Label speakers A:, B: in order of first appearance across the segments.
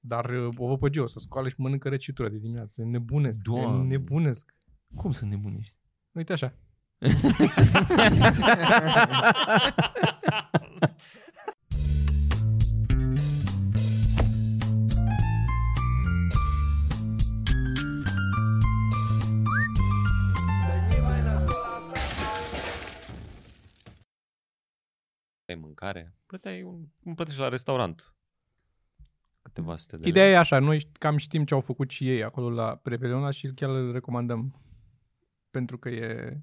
A: Dar uh, o văd pe Geo să scoale și mănâncă răcitură de dimineață. E Nebunesc.
B: Doamne.
A: Doamne. Nebunesc.
B: Cum să nebunești?
A: Uite așa.
C: Ai mâncare, plăteai un, cum plătești la restaurant. Câteva sute de
A: Ideea e așa, noi șt- cam știm ce au făcut și ei acolo la Preveliona și chiar îl recomandăm. Pentru că e, n-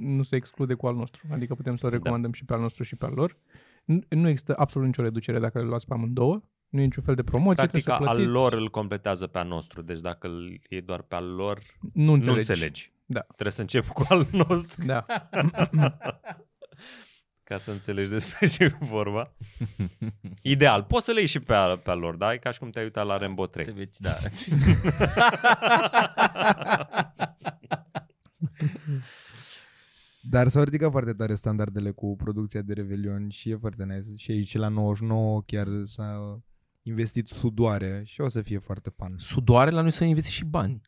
A: nu se exclude cu al nostru. Adică putem să-l
C: Da.
A: recomandăm da. și pe al nostru și pe al lor. N- Nu există absolut nicio reducere dacă le luați pe amândouă. Nu e niciun fel de promoție.
C: Practic
A: trebuie să
C: al
A: plătiți.
C: lor îl completează pe al nostru, deci dacă îl iei doar pe al lor,
A: nu
C: nu
A: înțelegi.
C: înțelegi.
A: Da.
C: Trebuie să începi cu al nostru
A: Da.
C: ca să înțelegi despre ce e vorba. Ideal, poți să le iei și pe al, pe al lor, da? E ca și cum te-ai uitat la Rambo 3.
B: Te veci, da.
D: Dar s-au ridicat foarte tare standardele cu producția de Revelion și e foarte nice. Și aici la 99 chiar s-a investit sudoare și o să fie foarte fan.
B: Sudoare la noi să investi și bani.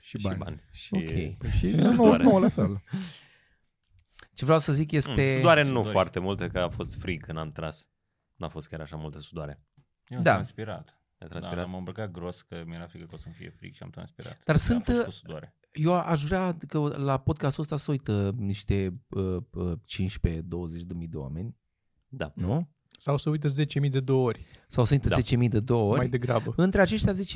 D: Și bani.
C: Și bani. Și...
B: Ok.
D: Păi Și
C: Sudoare.
D: la 99 la fel.
B: Ce vreau să zic este...
C: Mm, sudoare nu foarte multe, că a fost frig când am tras. N-a fost chiar așa multă sudoare.
E: Eu am
B: Da.
E: transpirat.
C: Ai
E: Da,
C: transpirat?
E: am îmbrăcat gros că mi-era frică că o să-mi fie frig și am transpirat.
B: Dar sunt,
E: Am fost
B: uh,
E: cu sudoare.
B: Eu aș vrea că la podcastul ăsta să uită niște uh, uh, 15-20 de mii de oameni,
C: da.
B: nu?
A: Sau să uită 10.000 de două ori,
B: Sau să uită
C: Da.
B: da. 10.000 de două
A: ori,
B: ori.
A: mai degrabă.
B: Între aceștia 10.000,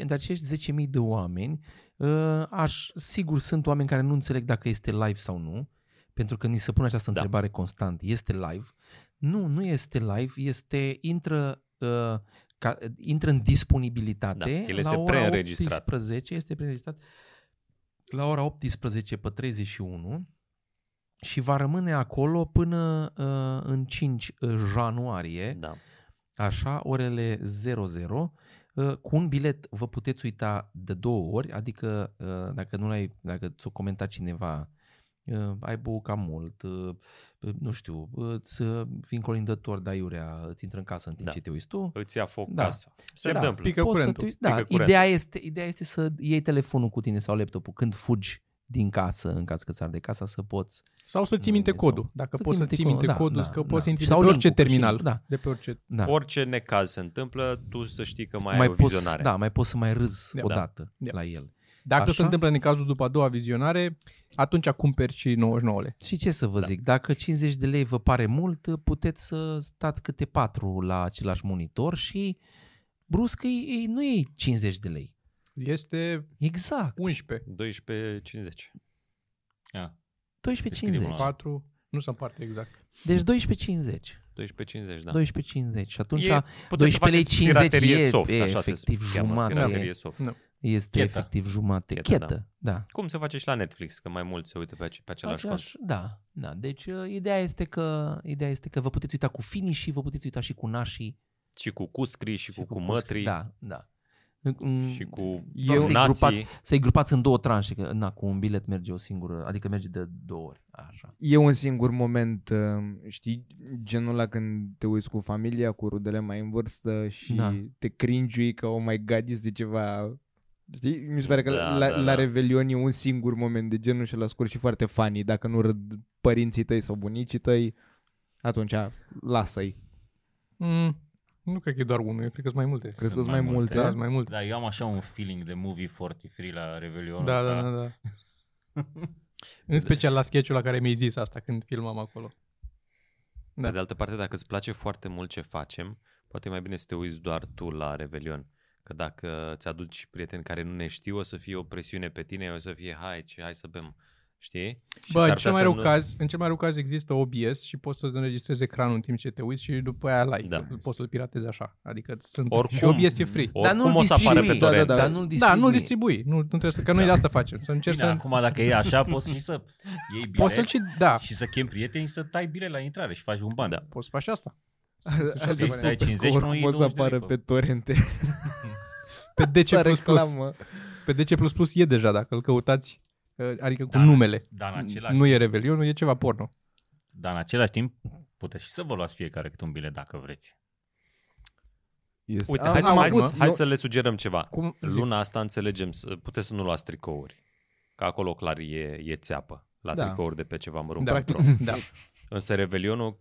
B: între acești 10.000 de oameni, uh, aș, sigur sunt oameni care nu înțeleg dacă este live sau nu, pentru că ni se pune această
C: Da.
B: întrebare constant. Este live? Nu, nu este live, este intră uh, ca, intră în
C: Da,
B: disponibilitate
C: el este
B: la ora
C: preînregistrat.
B: 18, este preînregistrat la ora 18 pe 31 și va rămâne acolo până uh, în 5 ianuarie
C: da.
B: Așa, orele 00, uh, cu un bilet vă puteți uita de două ori, adică uh, dacă nu l-ai, dacă ți-o comenta cineva, uh, ai băut cam mult, uh, nu știu, uh, îți uh, fii încolindător de aiurea, îți intră în casă în timp
C: Da.
B: ce te uiți tu.
C: Îți ia foc
B: Da.
C: casa. Se
B: Da,
C: întâmplă.
A: pică
B: poți să
A: curentul,
B: te uiți- Da,
C: pică curentul.
B: ideea, este, ideea este să iei telefonul cu tine sau laptopul când fugi din casă, în caz că ți de casa, să poți
A: Sau să ții
B: Nu,
A: minte
B: sau-
A: codul. Dacă
B: să
A: poți
B: ții
A: să
B: minte
A: ții
B: codul,
A: minte
B: da,
A: codul,
B: da,
A: că
B: da.
A: poți să intri de
B: Sau
A: pe orice
B: link-ul, că și-
A: terminal.
B: da.
A: De pe orice.
B: da.
C: Orice necaz se întâmplă, tu să știi că mai,
B: mai
C: ai o
B: poți,
C: vizionare.
B: da, mai poți să mai râzi
A: Da.
B: o dată
A: Da.
B: la el.
A: Dacă Așa? se
B: Așa?
A: întâmplă în cazul după a doua vizionare, atunci cumperi și 99 le.
B: Și ce să vă
C: Da.
B: da. zic, dacă 50 de lei vă pare mult, puteți să stați câte patru la același monitor și brusc ei, ei, nu e 50 de lei.
A: Este
B: Exact,
A: 11,
C: 12,50.
B: 12,50.
E: Descrie-mă.
A: 4, nu se împarte exact.
B: Deci 12,50.
C: 12,50, da.
B: Da. 12,50. Și atunci
C: E-
B: e,
C: Puteți să
B: 12,50
C: faceți piraterie
B: e-
C: soft,
B: e
C: așa se
B: efectiv Da.
C: cheamă,
B: jumate.
C: Piraterie soft.
B: este
E: Cheta.
B: Cheta. efectiv jumate.
C: Cheta,
B: Cheta,
C: da.
B: Chetă, da.
C: Cum se face și la Netflix, că mai mulți se uită pe, ace- pe același cont.
B: da, da. Deci uh, ideea este, că, ideea este că vă puteți uita cu finișii, vă puteți uita și cu nașii.
C: Și cu cuscri, și, cu, cu
B: cuscri.
C: mătrii,
B: Da, da. Mm,
C: și cu
B: Eu-
C: Eu...
B: Să-i grupați.
C: nații.
B: Să-i grupați în două tranșe, că na, cu un bilet merge o singură, adică merge de două ori, așa.
D: E un singur moment, uh, știi, genul ăla când te uiți cu familia, cu rudele mai în vârstă și
B: Da.
D: te cringiui că, oh my god, este ceva... Știi? Mi se pare că
C: Da,
D: da, la,
C: da,
D: da, la
C: da.
D: Revelion e un singur moment de genul și la scurt și foarte funny. Dacă nu râd părinții tăi sau bunicii tăi, atunci lasă-i.
A: Mm, nu cred că e doar unul, eu cred că sunt mai multe.
D: Crezi că sunt
E: mai
D: mai multe?
A: Da, sunt mai multe.
E: Da, eu am așa un feeling de movie 43 la Revelionul
A: Da,
E: ăsta.
A: da, da, da. În special la sketch-ul la care mi-ai zis asta când filmam acolo.
C: Pe
A: Da.
C: de altă parte, dacă îți place foarte mult ce facem, poate e mai bine să te uiți doar tu la Revelion. Că dacă ți-aduci prieteni care nu ne știu, o să fie o presiune pe tine, o să fie hai, ce, hai să bem, știi? Și
A: Bă,
C: s-ar
A: în
C: putea
A: cel, mai
C: să
A: rău
C: nu-
A: caz, în cel mai rău caz există OBS și poți să înregistrezi ecranul în timp ce te uiți și după aia live.
C: Da.
A: Da. Poți să-l piratezi așa. Adică sunt
C: Oricum.
A: și OBS e free.
C: Oricum o să apară pe
B: distribui,
C: torrent.
D: da, da,
B: dar nu-l
A: Da,
B: distribui.
A: nu-l distribui. Nu, nu trebuie să, că noi de asta facem. Să încerci
E: Bine,
A: să...
E: acum dacă e așa, poți și să iei bilet
A: Poți să-l și... Da,
E: și să chem prietenii să tai bilet la intrare și faci un ban.
C: Da.
A: poți să faci asta.
E: Deci
D: Asta
E: dai 50 până
D: oricum
E: iei
D: o să
E: 20 de
D: apară
E: lei,
D: pe
E: bă.
D: torente.
A: Pe DC++,
D: Ce reclamă.
A: pe DC++ e deja, dacă îl căutați, uh, adică cu
E: Da.
A: numele.
E: Dar în același
A: Nu e Revelion, e ceva porno.
E: Dar în același timp puteți și să vă luați fiecare câte un bilet dacă vreți.
D: Este.
C: Uite,
D: Am-
C: hai, să,
D: am
C: hai,
D: avut-
C: să, hai
D: eu-
C: să le sugerăm ceva.
A: Cum zic?
C: Luna asta înțelegem, să- puteți să nu luați tricouri. Că acolo clar e, e țeapă la
D: Da.
C: tricouri de pe ceva mărunt.
A: Da,
C: Da.
A: da.
C: Însă Revelionul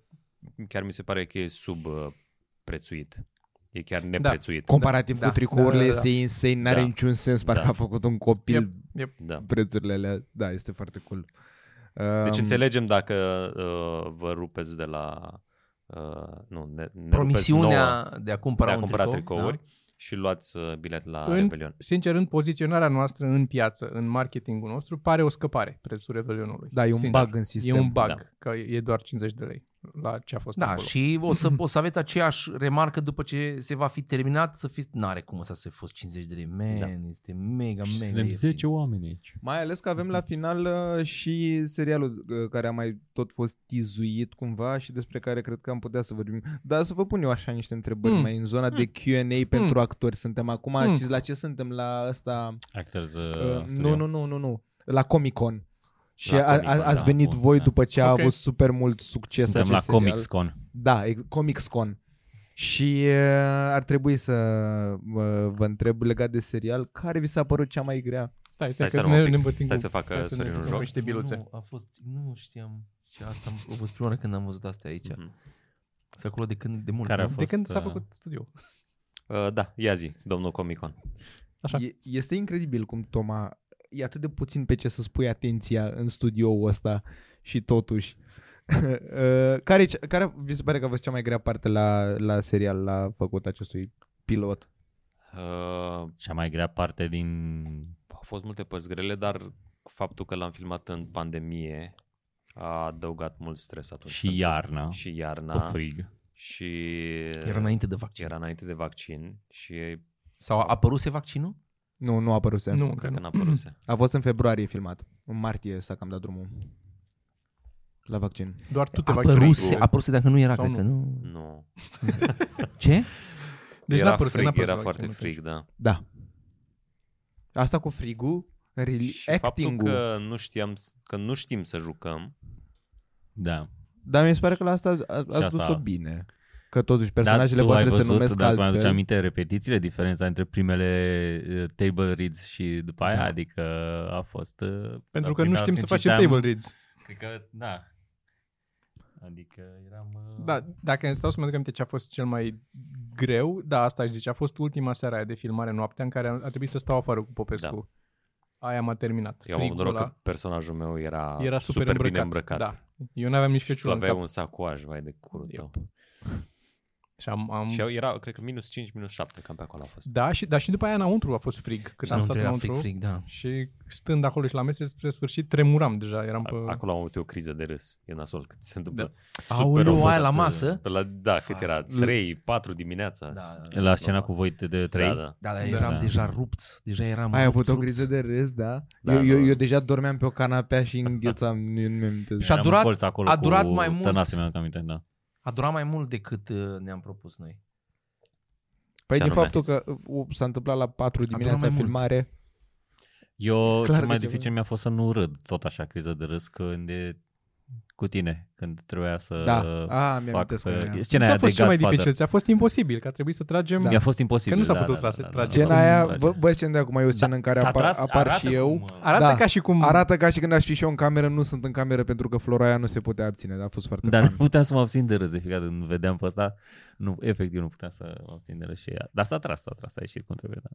C: chiar mi se pare că e subprețuit. E chiar neprețuit. Da.
D: Comparativ
A: Da,
D: cu
A: da,
D: tricourile
A: da, da, da.
D: este insane, n-are
C: Da.
D: niciun sens, parcă
C: Da.
D: a făcut un copil
A: Yep.
C: da.
D: prețurile alea. Da, este foarte cool. Um,
C: Deci înțelegem dacă uh, vă rupeți de la... Uh, nu, ne, ne rupeți nouă
B: Promisiunea de a cumpăra,
C: de a
B: un
C: cumpăra
B: tricou,
C: tricouri
B: Da?
C: și luați uh, bilet la
A: În-
C: Revelion.
A: Sincer, în poziționarea noastră în piață, în marketingul nostru, pare o scăpare prețul Revelionului.
D: Da, e un
A: Sincer.
D: bug în sistem.
A: E un bug,
C: Da.
A: da. că e doar 50 de lei la ce a fost
B: da,
A: acolo.
B: și o să, o să aveți aceeași remarcă după ce se va fi terminat să fiți, n-are cum să se fost 50 de lei, man,
C: Da.
B: este mega, mega
E: Suntem 10 oameni aici.
D: Mai ales că avem la final uh, și serialul uh, care a mai tot fost tizuit cumva și despre care cred că am putea să vorbim. Dar să vă pun eu așa niște întrebări
A: Mm.
D: mm. mai în zona de Q&A pentru actori. Suntem acum,
A: Mm.
D: știți la ce suntem? La ăsta...
E: Actors
D: Uh,
E: uh,
D: nu, nu, nu, nu, nu. La Comic Con. Și
C: La
D: a,
C: Comic-Con,
D: a, ați
E: da,
D: venit
E: bun,
D: voi
E: da.
D: după ce a
A: Ok.
D: avut super mult succes
E: Suntem la
D: acest serial.
E: Comics Con.
D: Da, ex- Comics Con. Și uh, ar trebui să uh, vă întreb legat de serial, care vi s-a părut cea mai grea?
A: Stai,
C: Stai
A: stai,
C: să
A: că
C: luăm un
A: ne,
C: pic.
A: ne îmbătim
C: Stai
A: cu-
C: să facă
A: stai ne
C: Sorin un
A: jucăm
C: joc.
A: cu niște biluțe.
B: Nu, a fost, nu știam și asta am a fost prima oară când am văzut asta aici.
C: Mhm.
B: Să acolo de când, de mult.
E: Care a
B: nu?
E: fost?
A: De când s-a
E: uh,
A: făcut studio?
C: Uh, da, ia zi, domnul Comicon.
A: Așa.
D: E, este incredibil cum Toma e atât de puțin pe ce să spui atenția în studioul ăsta și totuși. Uh, care, e ce- care vi se pare că a fost cea mai grea parte la, la serial, la făcut acestui pilot?
C: Uh,
E: Cea mai grea parte din
C: au fost multe părți grele, dar faptul că l-am filmat în pandemie a adăugat mult stres atunci.
E: și
C: pentru-
E: iarna, și
C: Și iarna.
E: cu frig.
C: Și
B: Era înainte de vaccin.
C: uh, Deci era înainte de vaccin și
B: Sau a apăruse vaccinul?
D: Nu, nu a apărut
A: Nu,
C: cred
A: încă
C: că
A: nu.
C: n-a păruse.
D: A fost în februarie filmat. În martie s-a cam dat drumul la vaccin.
A: Doar tu te
B: Apăruse,
A: vaccinezi.
B: apăruse, dacă nu era,
A: Sau
B: cred că nu.
C: Nu.
B: Ce?
A: Deci
C: era
A: n-a părut,
C: frig,
A: n-a părut
C: era
A: la
C: foarte
A: vaccin
C: frig, da.
D: Da. Asta cu frigul,
C: Și
D: re-
C: faptul
D: acting-ul.
C: că nu, știam, s- că nu știm să jucăm,
E: Da.
D: Dar mi se pare că la asta ați- a- ați
E: asta-
D: dus-o bine. Că totuși
E: Dar
D: personajele
E: Da, tu
D: voastre
E: ai
D: se numesc
E: dar îți mai aduce
D: altfel.
E: aminte repetițiile, diferența între primele uh, table reads și după aia,
D: Da.
E: adică a fost... uh,
A: Pentru
E: la
A: că nu
E: prima
A: știm să
E: când
A: facem
E: citeam,
A: table reads.
E: Cred că, da. Adică eram... uh,
A: Da, dacă îmi stau să mă aduc aminte ce a fost cel mai greu, da, asta aș zice, a fost ultima seară aia de filmare noaptea în care a trebuit să stau afară cu Popescu. Aia m-a terminat.
C: eu am avut
A: Frigul
C: noroc că
A: ăla
C: personajul meu era,
A: era super, îmbrăcat.
C: bine îmbrăcat.
A: Da. Eu n-aveam nici
C: Și tu
A: feciul în
C: aveai
A: cap.
C: un sacoaj, vai de curul tău.
A: Și am, am...
C: Și era, cred că, minus 5, minus 7, cam pe acolo a fost.
A: Da, și, dar și după aia înăuntru a fost frig. Când
B: Și
A: am
B: nu
A: stat
B: era
A: înăuntru
B: fric, fric, da.
A: și stând acolo și la mese spre sfârșit tremuram deja. Eram pe...
C: A- Acolo am avut eu o criză de râs. E nasol cât se întâmplă. Da.
B: Aoleu, aia la masă?
C: La, da, cât era? 3, 4 dimineața?
B: Da, da,
E: La scena cu voi de- de trei?
C: Da, da.
B: da,
A: Da.
B: dar eram
E: Da.
B: deja rupți, deja eram
D: Ai
B: rupți,
D: avut o
B: rupți.
D: criză de râs, da?
C: Da,
D: eu, eu,
C: da.
D: eu deja dormeam pe o canapea și înghețam, nu nu mi-am
B: Și a
E: Eram
B: durat-
E: în colț acolo
B: a
E: cu
B: durat mai mult.
E: Tănase, mi-am aminte, da.
B: A durat mai mult decât uh, ne-am propus noi.
D: Păi
C: Ce
D: din
C: anume?
D: faptul că uh, s-a întâmplat la 4 dimineața
B: mai mult.
D: filmare,
E: Eu
D: Clar
E: cel
D: că
E: mai
D: ceva.
E: dificil mi-a fost să nu râd, tot așa, criză de râs, când e cu tine, când trebuia să
D: da. A, mi-am
E: fac...
D: amintesc că
E: Să...
D: aia.
E: Scena
A: Ce
E: aia
A: a fost
E: de
A: cel mai
E: Godfather.
A: dificil? Ți-a fost imposibil, că a trebuit să tragem...
E: Mi-a fost imposibil.
A: Că nu s-a
E: da,
A: putut
E: da, da,
A: trase-
E: da, da,
A: trage.
E: da,
D: Scena
E: da,
D: aia,
E: da,
D: bă,
E: da.
D: bă scena de acum, e o scenă în care
E: S-a
D: apar,
E: tras-
D: apar
E: arată
D: și eu.
E: cum, uh,
A: Arată
D: Da.
A: ca și cum...
D: Arată ca și când aș fi și eu în cameră, nu sunt în cameră pentru că Floraia nu se putea abține, dar a fost foarte
E: Dar Da, nu
D: fun.
E: puteam să mă abțin de râs de fiecare dată când vedeam pe ăsta. Nu, efectiv nu puteam să mă abțin de râs și ea. Dar s-a tras, s-a tras, a ieșit cum trebuie. Da.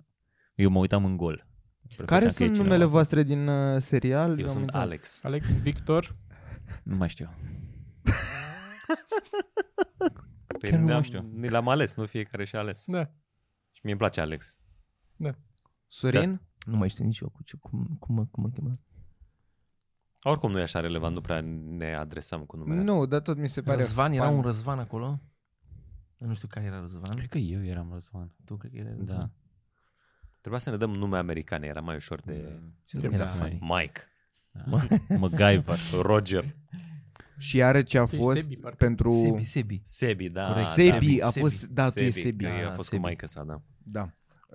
E: Eu mă uitam în gol. Preferam
D: Care
E: că
D: sunt
E: e
D: numele
E: cineva.
D: voastre din uh, serial?
C: Eu
D: am
C: sunt
D: uitat.
C: Alex.
A: Alex, Victor,
E: Nu mai știu.
C: Păi
E: Chiar nu
C: ne-am,
E: mai știu.
C: ne l-am ales, nu fiecare și-a ales.
A: da.
C: Și mie îmi place Alex.
D: Sorin?
B: Nu mai știu nici eu cu ce, cum, cum, mă- cum mă chema.
C: Oricum nu e așa relevant, nu prea ne adresăm cu numele
D: Nu, dar tot mi se pare
B: Răzvan, era
D: fan.
B: un Răzvan acolo? Nu știu care era Răzvan.
E: Cred că eu eram Răzvan.
B: Tu cred că era
E: Da.
B: Răzvan.
C: Trebuia să ne dăm nume americane, era mai ușor de...
E: De...
B: Era
D: Da.
B: funny.
C: Mike,
E: Da. MacGyver.
C: Roger,
D: Și iară ce a
A: Tu ești
D: fost
A: Sebi, parcă.
D: pentru...
B: Sebi, Sebi.
C: Sebi, da.
B: Corect.
C: da.
D: Sebi,
B: Sebi,
D: a fost...
B: Sebi.
D: Da, tu e Sebi.
C: că a
B: Da,
C: fost cu
B: Sebi.
C: maică sa, da.
D: Da.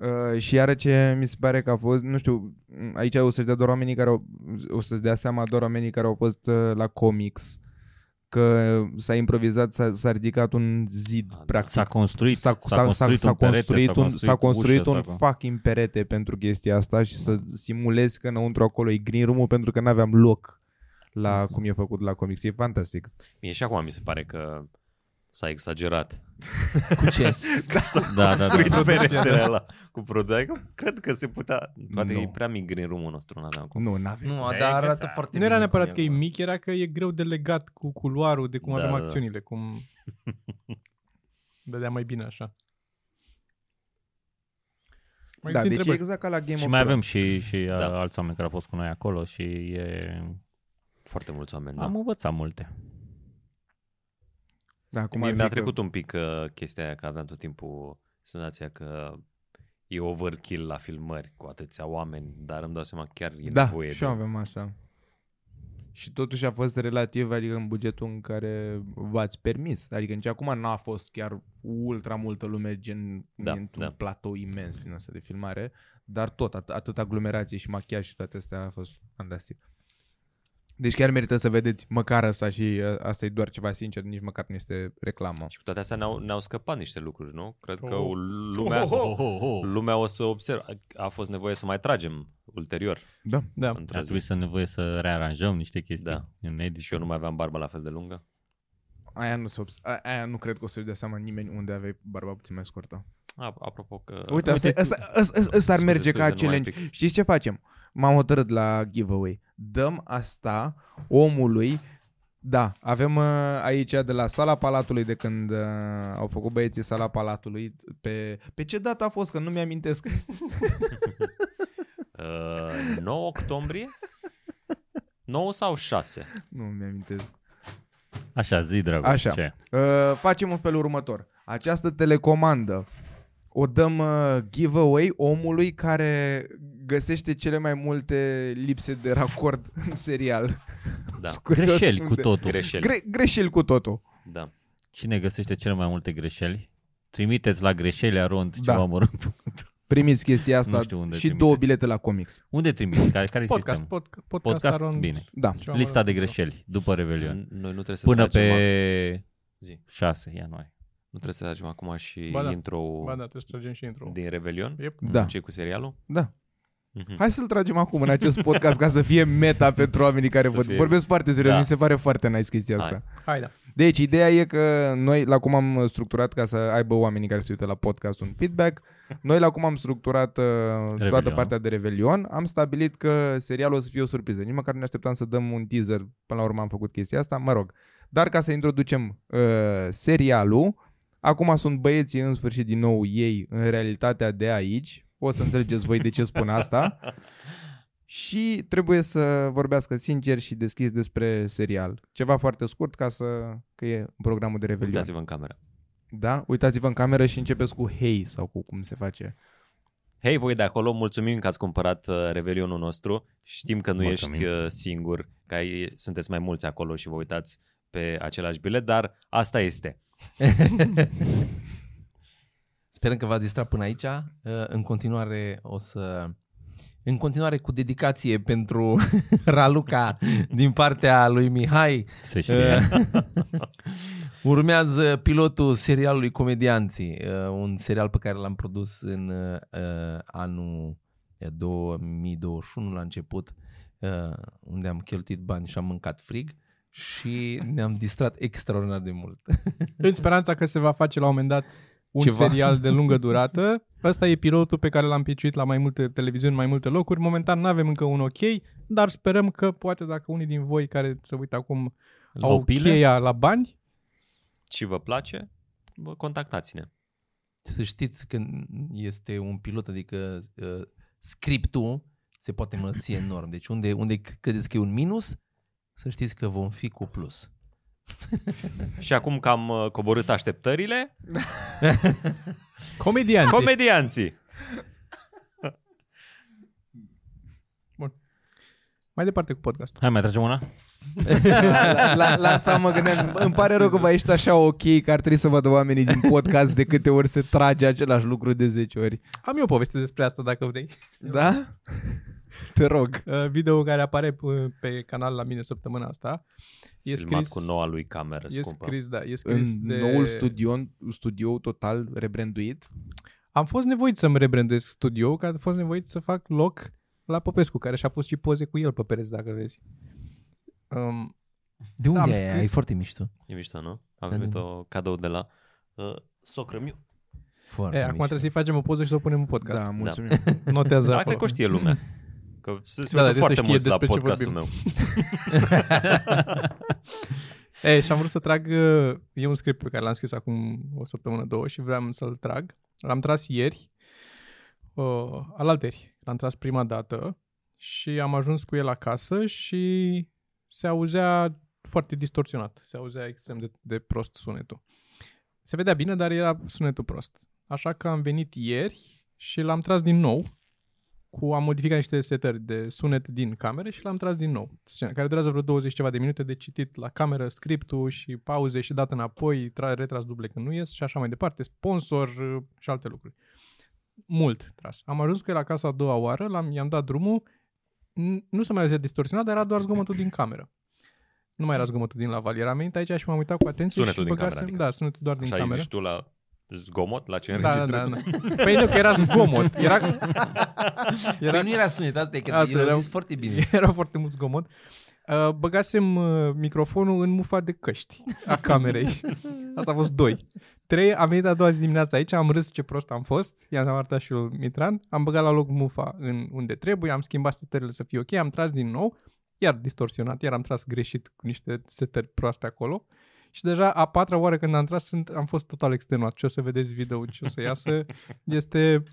D: Uh, și iară ce mi se pare că a fost, nu știu, m, aici o să-și dea doar oamenii care au, o să-și dea seama doar oamenii care au fost uh, la comics, că s-a improvizat, s-a, s-a ridicat un zid, practic.
E: S-a construit,
D: S-a, s-a, s-a, s-a construit un, s-a construit un fucking perete pentru chestia asta și să simulezi că înăuntru acolo e green room pentru că n-aveam loc la cum e făcut la comics. E fantastic.
C: Mie și acum mi se pare că s-a exagerat.
B: Cu ce?
C: Ca să
E: da, da,
C: construit
E: da.
C: peretele ăla cu producție. Cred că se putea... Poate
D: Nu.
C: e prea mic green room nostru, n acum.
D: Nu, n-aveam.
B: Nu,
E: Ziceai
B: dar
E: că
B: arată
E: s-a-
B: foarte
A: Nu era
B: bine cum
A: neapărat că e
B: acolo.
A: mic, era că e greu de legat cu culoarul, de cum
C: Da,
A: avem
C: da.
A: acțiunile, cum vedea mai bine așa. Mai
D: Da,
A: țin
D: deci e
A: întrebări.
D: exact ca la Game
E: Și
D: of
E: mai avem
D: Thrones.
E: și, și da.
C: Da.
E: alți oameni care au fost cu noi acolo și e...
C: Foarte mulți oameni,
E: da.
C: da.
E: am învățat multe.
D: Da, acum
C: Mie
D: ar
C: mi-a
D: fi că-
C: trecut un pic uh, chestia aia că aveam tot timpul senzația că e overkill la filmări cu atâția oameni, dar îmi dau seama că chiar e
D: Da,
C: nevoie
D: și
C: de...
D: eu avem asta. Și totuși a fost relativ, adică în bugetul în care v-ați permis. Adică nici acum n-a fost chiar ultra multă lume, gen
C: Da,
D: într-un
C: da.
D: platou imens din asta de filmare, dar tot, at- atât aglomerație și machiaj și toate astea a fost fantastic. Deci chiar merită să vedeți măcar asta și uh, asta e doar ceva sincer, nici măcar nu este reclamă.
C: Și cu toate astea ne-au, ne-au scăpat niște lucruri, nu? Cred că
A: Oh.
C: lumea,
E: Oh, oh, oh.
C: lumea o să observe. A, a fost nevoie să mai tragem ulterior.
D: Da.
A: Da.
C: într-o
E: Ar
C: zi.
E: trebui să nevoie să rearanjăm niște chestii
C: Da.
E: în edit.
C: Și eu nu mai aveam barba la fel de lungă.
D: Aia nu, s-o, obs- a- aia nu cred că o să-și dea seama nimeni unde aveai barba puțin mai scurtă.
C: A, apropo că...
D: Uite, asta, asta, asta, asta, asta ar
C: Scuze,
D: merge
C: scuze,
D: ca
C: numai un
D: challenge.
C: pic.
D: Știți ce facem? M-am hotărât la giveaway. Dăm asta omului da, avem uh, aici de la sala Palatului de când uh, au făcut băieții sala Palatului pe, pe ce dată a fost, că nu mi-amintesc
C: Uh, 9 octombrie? 9 sau 6?
D: nu mi-amintesc
E: Așa, zi, dragul.
D: Așa.
E: Ce?
D: Uh, facem în felul următor. Această telecomandă o dăm uh, giveaway omului care găsește cele mai multe lipse de racord în serial.
C: Da.
D: Sunt curios
E: Greșeli cu
D: unde-
E: totul.
C: Greșeli.
D: Gre- greșeli cu totul.
C: da.
E: Cine găsește cele mai multe greșeli? Trimiteți la greșeli arond
D: Da.
E: ceva mărunt.
D: Primiți chestia asta
E: Nu știu unde
D: și
E: trimiteți.
D: două bilete la comics.
E: Unde trimiteți? Care, care
A: Podcast,
E: sistem?
A: pod, podcast,
E: Podcast,
A: Aron,
E: bine.
D: Da.
A: ceva
E: Lista
A: mă
E: de
A: rog.
E: greșeli după Revelion.
C: N- Noi nu trebuie Mm, să
E: Până
C: tragem ac-
E: pe
C: Zi.
E: 6 ianuarie.
C: Nu trebuie să tragem acum și
A: Ba da.
C: intro
A: Ba da, trebuie să tragem și intro
C: din Revelion?
A: Yep.
D: Da.
C: Ce cu serialul?
D: Da.
C: Mhm.
D: Hai să-l tragem acum în acest podcast ca să fie meta pentru oamenii care
C: Să
D: văd.
C: fie-
D: Vorbesc foarte serios,
C: Da.
D: mi se pare foarte nice chestia
C: Hai.
D: asta.
A: Hai da.
D: Deci, ideea e că noi, la cum am structurat, ca să aibă oamenii care se uită la podcast un feedback, noi, la cum am structurat uh, toată
E: Revelion.
D: partea de Revelion, am stabilit că serialul o să fie o surpriză. Nici măcar nu ne așteptam să dăm un teaser, până la urmă am făcut chestia asta, mă rog. Dar ca să introducem uh, serialul, acum sunt băieții în sfârșit din nou ei în realitatea de aici. O să înțelegeți voi de ce spun asta. Și trebuie să vorbească sincer și deschis despre serial. Ceva foarte scurt ca să că e programul de Revelion.
C: Uitați-vă în cameră.
D: Da? Uitați-vă în cameră și începeți cu hei sau cu cum se face.
C: Hei, voi de acolo, mulțumim că ați cumpărat uh, Revelionul nostru. Știm că nu
E: Mulțumim.
C: ești uh, singur, că ai, sunteți mai mulți acolo și vă uitați pe același bilet, dar asta este.
B: Sperăm că v-ați distrat până aici. Uh, În continuare o să... În continuare cu dedicație pentru Raluca din partea lui Mihai.
E: Se știe.
B: Urmează pilotul serialului Comedianții, uh, un serial pe care l-am produs în uh, anul 2021 la început, uh, unde am cheltuit bani și am mâncat frig și ne-am distrat extraordinar de mult.
A: În speranța că se va face la un moment dat un
B: Ceva.
A: Ceva. serial de lungă durată. Ăsta e pilotul pe care l-am piciuit la mai multe televiziuni, mai multe locuri. Momentan nu avem încă un ok, dar sperăm că poate dacă unii din voi care se uită acum au
E: Au pile?
A: cheia la bani,
C: Și vă place, vă contactați-ne.
B: Să știți că este un pilot, adică uh, scriptul se poate înmulți enorm. Deci unde, unde credeți că e un minus, să știți că vom fi cu plus.
C: Și acum că am uh, coborât așteptările,
A: comedianții.
C: comedianții!
A: mai departe cu podcastul.
E: Hai, mai tragem una?
D: La, la, la asta mă gândeam. Îmi pare rău că va ești așa ok, că ar trebui să vadă oamenii din podcast de câte ori se trage același lucru de 10 ori.
A: Am eu o poveste despre asta dacă vrei.
D: Da? Te rog.
A: Uh, video care apare uh, pe canal la mine săptămâna asta. E
C: filmat
A: scris,
C: cu noua lui cameră
A: e
C: scumpă.
A: scris, da, e
D: În
A: scris de...
D: de... noul studio, studio total rebranduit.
A: Am fost nevoit să-mi rebranduiesc studio, că am fost nevoit să fac loc la Popescu, care și-a pus și poze cu el pe pereți, dacă vezi. Um,
B: De
A: am
B: unde e aia? E
A: scris-
B: foarte mișto.
C: E mișto, nu? Am
B: Da,
C: primit
B: da.
C: o cadou de la uh, socră miu.
B: Foarte
A: e, acum
B: mișto.
A: trebuie să-i facem o poză și să o punem în podcast.
D: Da,
A: Da.
D: mulțumim.
A: Notează
C: Da,
A: acolo.
C: cred că o știe lumea. Că se
A: Da,
C: da,
A: da, trebuie să
C: foarte
A: știe
C: mult la
A: despre ce
C: podcastul meu.
A: vorbim. E, și am vrut să trag, uh, e un script pe care l-am scris acum o săptămână, două și vreau să-l trag. L-am tras ieri, uh, alalteri, l-am tras prima dată și am ajuns cu el acasă și se auzea foarte distorsionat, se auzea extrem de, de prost sunetul. Se vedea bine, dar era sunetul prost. Așa că am venit ieri și l-am tras din nou, cu am modificat niște setări de sunet din camere și l-am tras din nou. Scena care durează vreo 20 ceva de minute de citit la cameră scriptul și pauze și dat înapoi, tra- retras duble când nu ies și așa mai departe, sponsor uh, și alte lucruri. Mult tras. Am ajuns cu el acasă a doua oară, l-am, i-am dat drumul, n- nu se mai auzea distorsionat, dar era doar zgomotul din cameră. Nu mai era zgomotul din lavalier. Am venit aici și m-am uitat cu atenție
C: Sunetul
A: și
C: din cameră,
A: băgasem-
C: adică.
A: Da, sunetul doar din
C: Așa ai
A: cameră.
C: zis tu la zgomot, la ce
A: Da, da,
C: înregistrezi?
A: da, da. Păi nu, că era zgomot. Era,
B: Păi nu era sunet, asta e că
A: Asta
B: el a
A: era-
B: zis foarte bine.
A: Era foarte mult zgomot. Uh, Băgasem uh, microfonul în mufa de căști a camerei. Asta a fost doi. Trei, am venit a doua zi dimineața aici, am râs ce prost am fost, i-am arătat și lui Mitran, am băgat la loc mufa în unde trebuie, am schimbat setările să fie ok, am tras din nou, iar distorsionat, iar am tras greșit cu niște setări proaste acolo. Și deja a patra oară când am tras, sunt, am fost total extenuat. Ce o să vedeți video, ce o să iasă, este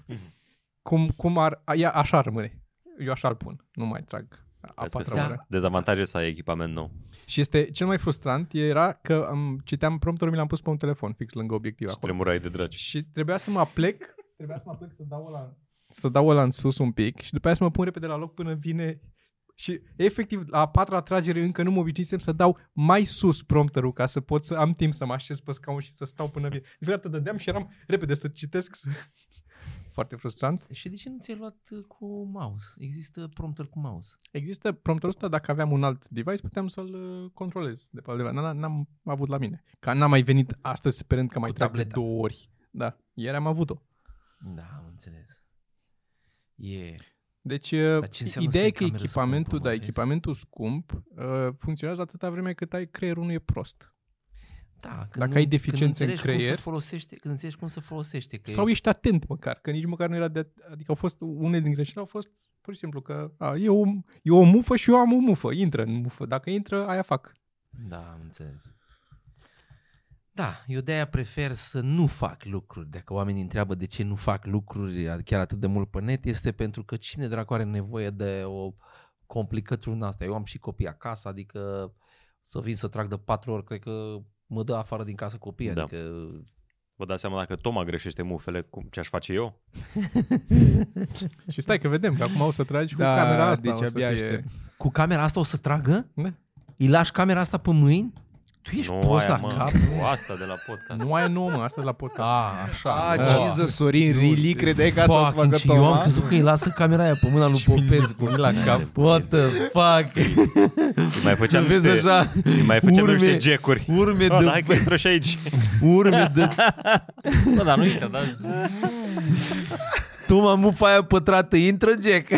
A: cum, cum ar, a, ea așa rămâne. Eu așa-l pun, nu mai trag a
C: Vezi că
A: patra
C: sunt
A: oară.
C: Dezavantaje să ai echipament nou.
A: Și este cel mai frustrant era că am, citeam prompterul, mi l-am pus pe un telefon fix lângă obiectiv
C: Și
A: acolo.
C: tremurai de dragi.
A: Și trebuia să mă aplec, trebuia să mă aplec să dau ăla, să dau ăla în sus un pic și după aia să mă pun repede la loc până vine și efectiv la a patra tragere încă nu mă obișnuisem să dau mai sus prompterul ca să pot să am timp să mă așez pe scaun și să stau până vine. De fiecare dată dădeam și eram repede să citesc. Să... Foarte frustrant.
B: Și de ce nu ți-ai luat uh, cu mouse? Există prompter cu mouse.
A: Există prompterul ăsta, dacă aveam un alt device, puteam să-l uh, controlez de pe altundeva. N- n- N-am avut la mine. Ca n-am mai venit astăzi sperând că mai
B: Cu
A: trag de
B: tableta.
A: două ori. Da, ieri am avut-o.
B: Da, am înțeles. E...
A: Deci,
B: ce
A: uh,
B: înseamnă să
A: ideea
B: ai
A: e că
B: cameră să
A: echipamentul, da,
B: compromovezi?
A: echipamentul scump uh, funcționează atâta vreme cât ai creierul nu e prost.
B: Da, când
A: Dacă
B: nu-
A: ai deficiențe în
B: când înțelegi Cum
A: creier-
B: să folosește, când înțelegi cum să folosește. Că
A: Sau
B: e...
A: ești atent măcar, că nici măcar nu era de... Adică au fost, unele din greșeli au fost pur și simplu că a, e, o, e o mufă și eu am o mufă, intră în mufă. Dacă intră, aia fac.
B: Da, am înțeles. Da, eu de-aia prefer să nu fac lucruri. Dacă oamenii întreabă de ce nu fac lucruri chiar atât de mult pe net, este pentru că cine dracu are nevoie de o complicătură în asta. Eu am și copii acasă, adică să vin să trag de patru ori, cred că mă dă afară din casă copiii,
C: Da.
B: da. adică
C: Vă dați seama dacă Toma greșește mufele, cum, ce aș face eu?
A: Și stai că vedem, că acum o să tragi
D: Da,
A: cu camera asta.
D: deci
A: o să
D: abia
A: fie...
D: aștept.
B: Cu camera asta o să tragă?
A: Da.
B: Îi lași camera asta pe mâini? Tu ești
C: nu
B: prost
C: aia,
B: la
C: mă,
B: cap?
C: cu asta de la podcast.
A: Nu aia nouă, mă, asta e la podcast.
B: A, așa.
D: Ah,
B: da.
D: Jesus, Sorin, really? Credeai că asta o să
B: Fucking,
D: facă
B: și eu am
D: Toma?
B: crezut că îi lasă camera aia pe mâna lui Popescu.
A: Pune la cap.
B: What the fuck?
C: Îi mai făceam
B: Vezi
C: niște,
B: așa
C: îi mai făceam
B: urme-
C: niște jecuri.
B: urme
C: Ah,
B: de,
C: hai că intră și aici.
B: urme de
E: Bă, dar nu aici, dar...
B: tu mă mufa aia pătrată, intră Jack.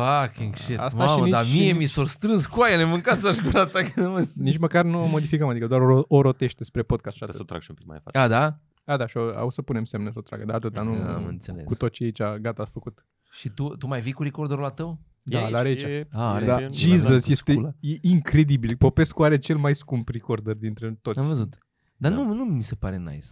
B: Fucking shit.
A: Asta
B: Asta Mamă,
A: și nici-
B: dar mie
A: și
B: mi s-au strâns coaiele, mâncați aș gura ta. că nu mă-
A: Nici măcar nu o modificăm, adică doar o, o rotește spre podcast. și
C: Trebuie să o
A: atât.
C: trag și un pic mai în față.
B: A, da?
A: A, da, și o, o să punem semne să o tragă, da, atât, dar nu
B: Da, am înțeles.
A: cu tot ce e aici gata făcut.
B: Și tu, tu mai vii cu recorderul la tău?
A: Da, la rece.
B: A, are.
D: Da.
C: e-
A: Jesus,
B: cu
A: este
B: scula.
A: e incredibil. Popescu are cel mai scump recorder dintre toți.
B: Am văzut. Dar
C: Da.
B: nu, nu mi se pare nice.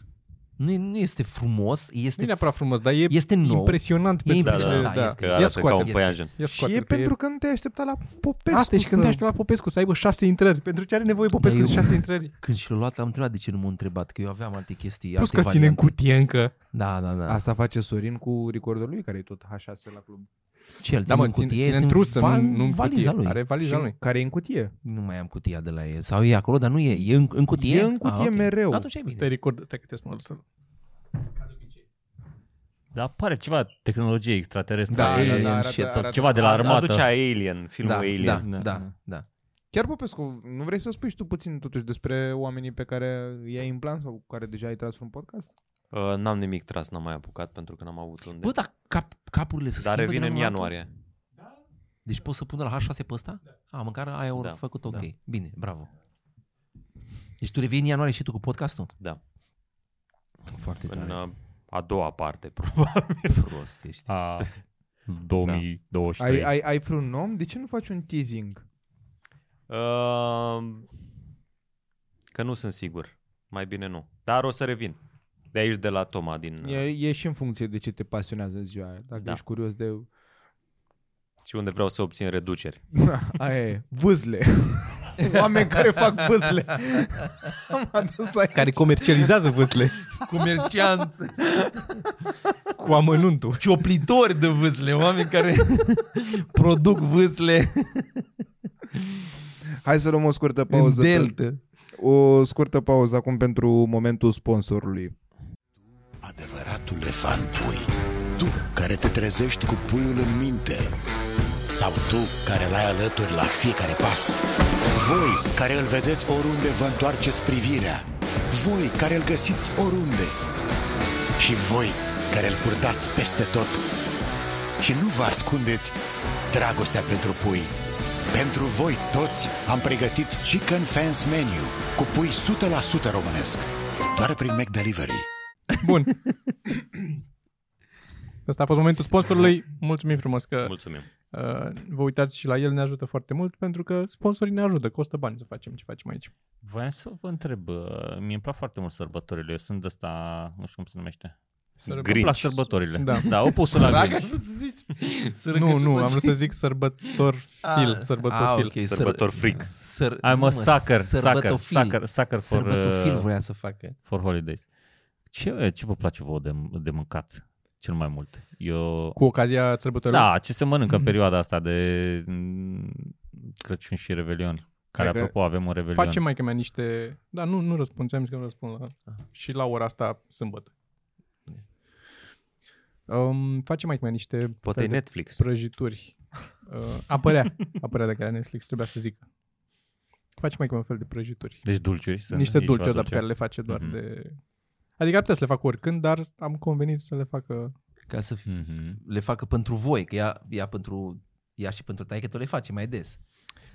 B: Nu, e- nu este frumos, este,
A: Nu e neapărat frumos, dar e,
B: este nou.
A: impresionant.
B: E
A: pentru
B: impresionant,
A: că-
B: da,
C: Că
B: Ia
C: arată ca
A: scoate-l.
C: un păianjen.
A: Ia
D: Și
A: scoate-l,
D: e
A: că
D: pentru că nu te-ai așteptat la Popescu
A: Asta e și când
D: să- Păi,
A: te aștept la Popescu să aibă șase intrări. Pentru ce are nevoie Popescu
B: Da,
A: de
B: eu-
A: șase intrări?
B: Când și l-a luat, l-am întrebat de ce nu m-a întrebat, că eu aveam alte chestii,
A: Plus
B: alte
A: că ține în
B: variante.
A: cutie încă.
B: Da, da, da. Asta.
D: Asta face Sorin cu recorderul lui, care e tot H6 la club.
B: Ce, el
A: Da,
B: ține
A: mă,
B: în
A: ține,
B: cutie,
A: ține
B: este
A: în trusă,
B: va-
A: nu, nu în
B: valiza
A: cutie.
B: lui.
A: Are valiza
D: Și
A: lui.
D: care e în cutie.
B: Nu mai am cutia de la el. Sau e acolo, dar nu e. E în, în cutie? Ah,
D: E în cutie
B: ok.
D: mereu.
B: Atunci e
A: Asta e
B: bine.
A: record. Te că trebuie să mă lăsăm.
E: Dar pare ceva tehnologie extraterestră.
B: Da,
E: e-
B: alien
E: e-
B: arată- shit sau arată-
E: ceva de la armată.
C: Aduce Alien, filmul
B: da,
C: Alien.
B: da,
E: Da,
B: da,
E: da.
B: da.
D: Chiar, Popescu, nu vrei să spui și tu puțin totuși despre oamenii pe care i-ai în plan sau cu care deja ai tras un podcast?
C: Uh, n-am nimic tras, n-am mai apucat pentru că n-am avut unde.
B: Bă, dar cap, capurile se
C: Dar
B: schimbă
C: revin
B: de la
C: în
B: un altul?
C: ianuarie.
B: Deci pot să pun de la H6 pe ăsta? Da. A, măcar ai ori
C: Da,
B: făcut ok.
C: da.
B: Bine, bravo. Deci tu revii în ianuarie și tu cu podcastul?
C: Da.
B: Foarte
C: În
B: tare.
C: uh, a doua parte, probabil.
B: Prost ești.
E: A
D: Ai,
E: 2023.
D: ai, ai vreun om? De ce nu faci un teasing?
C: Uh, că nu sunt sigur. Mai bine nu. Dar o să revin. De aici, de la Toma, din... uh,
D: E, e și în funcție de ce te pasionează în ziua aia. Dacă da.
C: Da.
D: ești curios de...
C: Și unde vreau să obțin reduceri.
D: Aia e, vâzle. Oameni care fac vâzle. Am adus aici.
A: Care comercializează vâsle
B: Comercianți,
A: cu amănuntul.
B: cioplitori de vâsle, oameni care produc vâsle
D: Hai să luăm o scurtă
B: în
D: pauză.
B: delta.
D: O scurtă pauză acum pentru momentul sponsorului.
F: Adevăratul elefantui Tu care te trezești cu puiul în minte Sau tu care l-ai alături la fiecare pas Voi care îl vedeți oriunde vă întoarceți privirea Voi care îl găsiți oriunde Și voi care îl purtați peste tot Și nu vă ascundeți dragostea pentru pui pentru voi toți am pregătit Chicken Fans Menu cu pui 100% românesc. Doar prin McDelivery.
A: Bun. Asta a fost momentul sponsorului. Mulțumim frumos că
C: Mulțumim.
A: uh, vă uitați și la el. Ne ajută foarte mult pentru că sponsorii ne ajută. Costă bani să facem ce facem aici.
E: Voiam să vă întreb, uh, mie îmi plac foarte mult sărbătorile, eu sunt ăsta, nu știu cum se numește.
A: Să
E: Îmi plac
C: Grinch.
E: sărbătorile.
A: Da.
E: da o pus la
D: Drag,
E: Grinch.
C: Deci-
A: Nu, nu, am vrut să zic
C: Ah.
A: sărbătorfil. Sărbătorfil.
B: Ah. ok, săr-
C: Sărbător freak.
B: Săr, nu,
E: I'm
B: mă,
E: a sucker, sucker,
B: sărbătofil.
E: sucker, sucker for,
B: Sărbătofil
E: uh,
B: voia să facă.
E: for holidays. Ce, ce vă place vouă de, de mâncat cel mai mult? Eu...
A: Cu ocazia sărbătorilor.
E: Da, ce se mănâncă
A: Mm-hmm.
E: în perioada asta de mm, Crăciun și Revelion? Care,
D: Cred că
E: apropo, avem un Revelion.
A: Facem mai mea niște... Da, nu, nu răspund, ți-am zis că nu răspund la...
E: Ah.
A: Și la ora asta, sâmbătă. Um, face mai mea niște
C: Poate e
A: fel de
C: Netflix.
A: prăjituri. Uh, apărea, apărea de care Netflix trebuia să zică. Face mai un fel de prăjituri.
E: Deci dulciuri. să-
A: niște
E: e ceva
A: dulciuri, dar pe
E: dulce.
A: care le face doar
E: Mhm.
A: de... Adică ar putea să le fac oricând, dar am convenit să le facă...
B: Ca să fi-
E: Mhm.
B: le facă pentru voi, că ea, ea, pentru, ea și pentru taică le face mai des.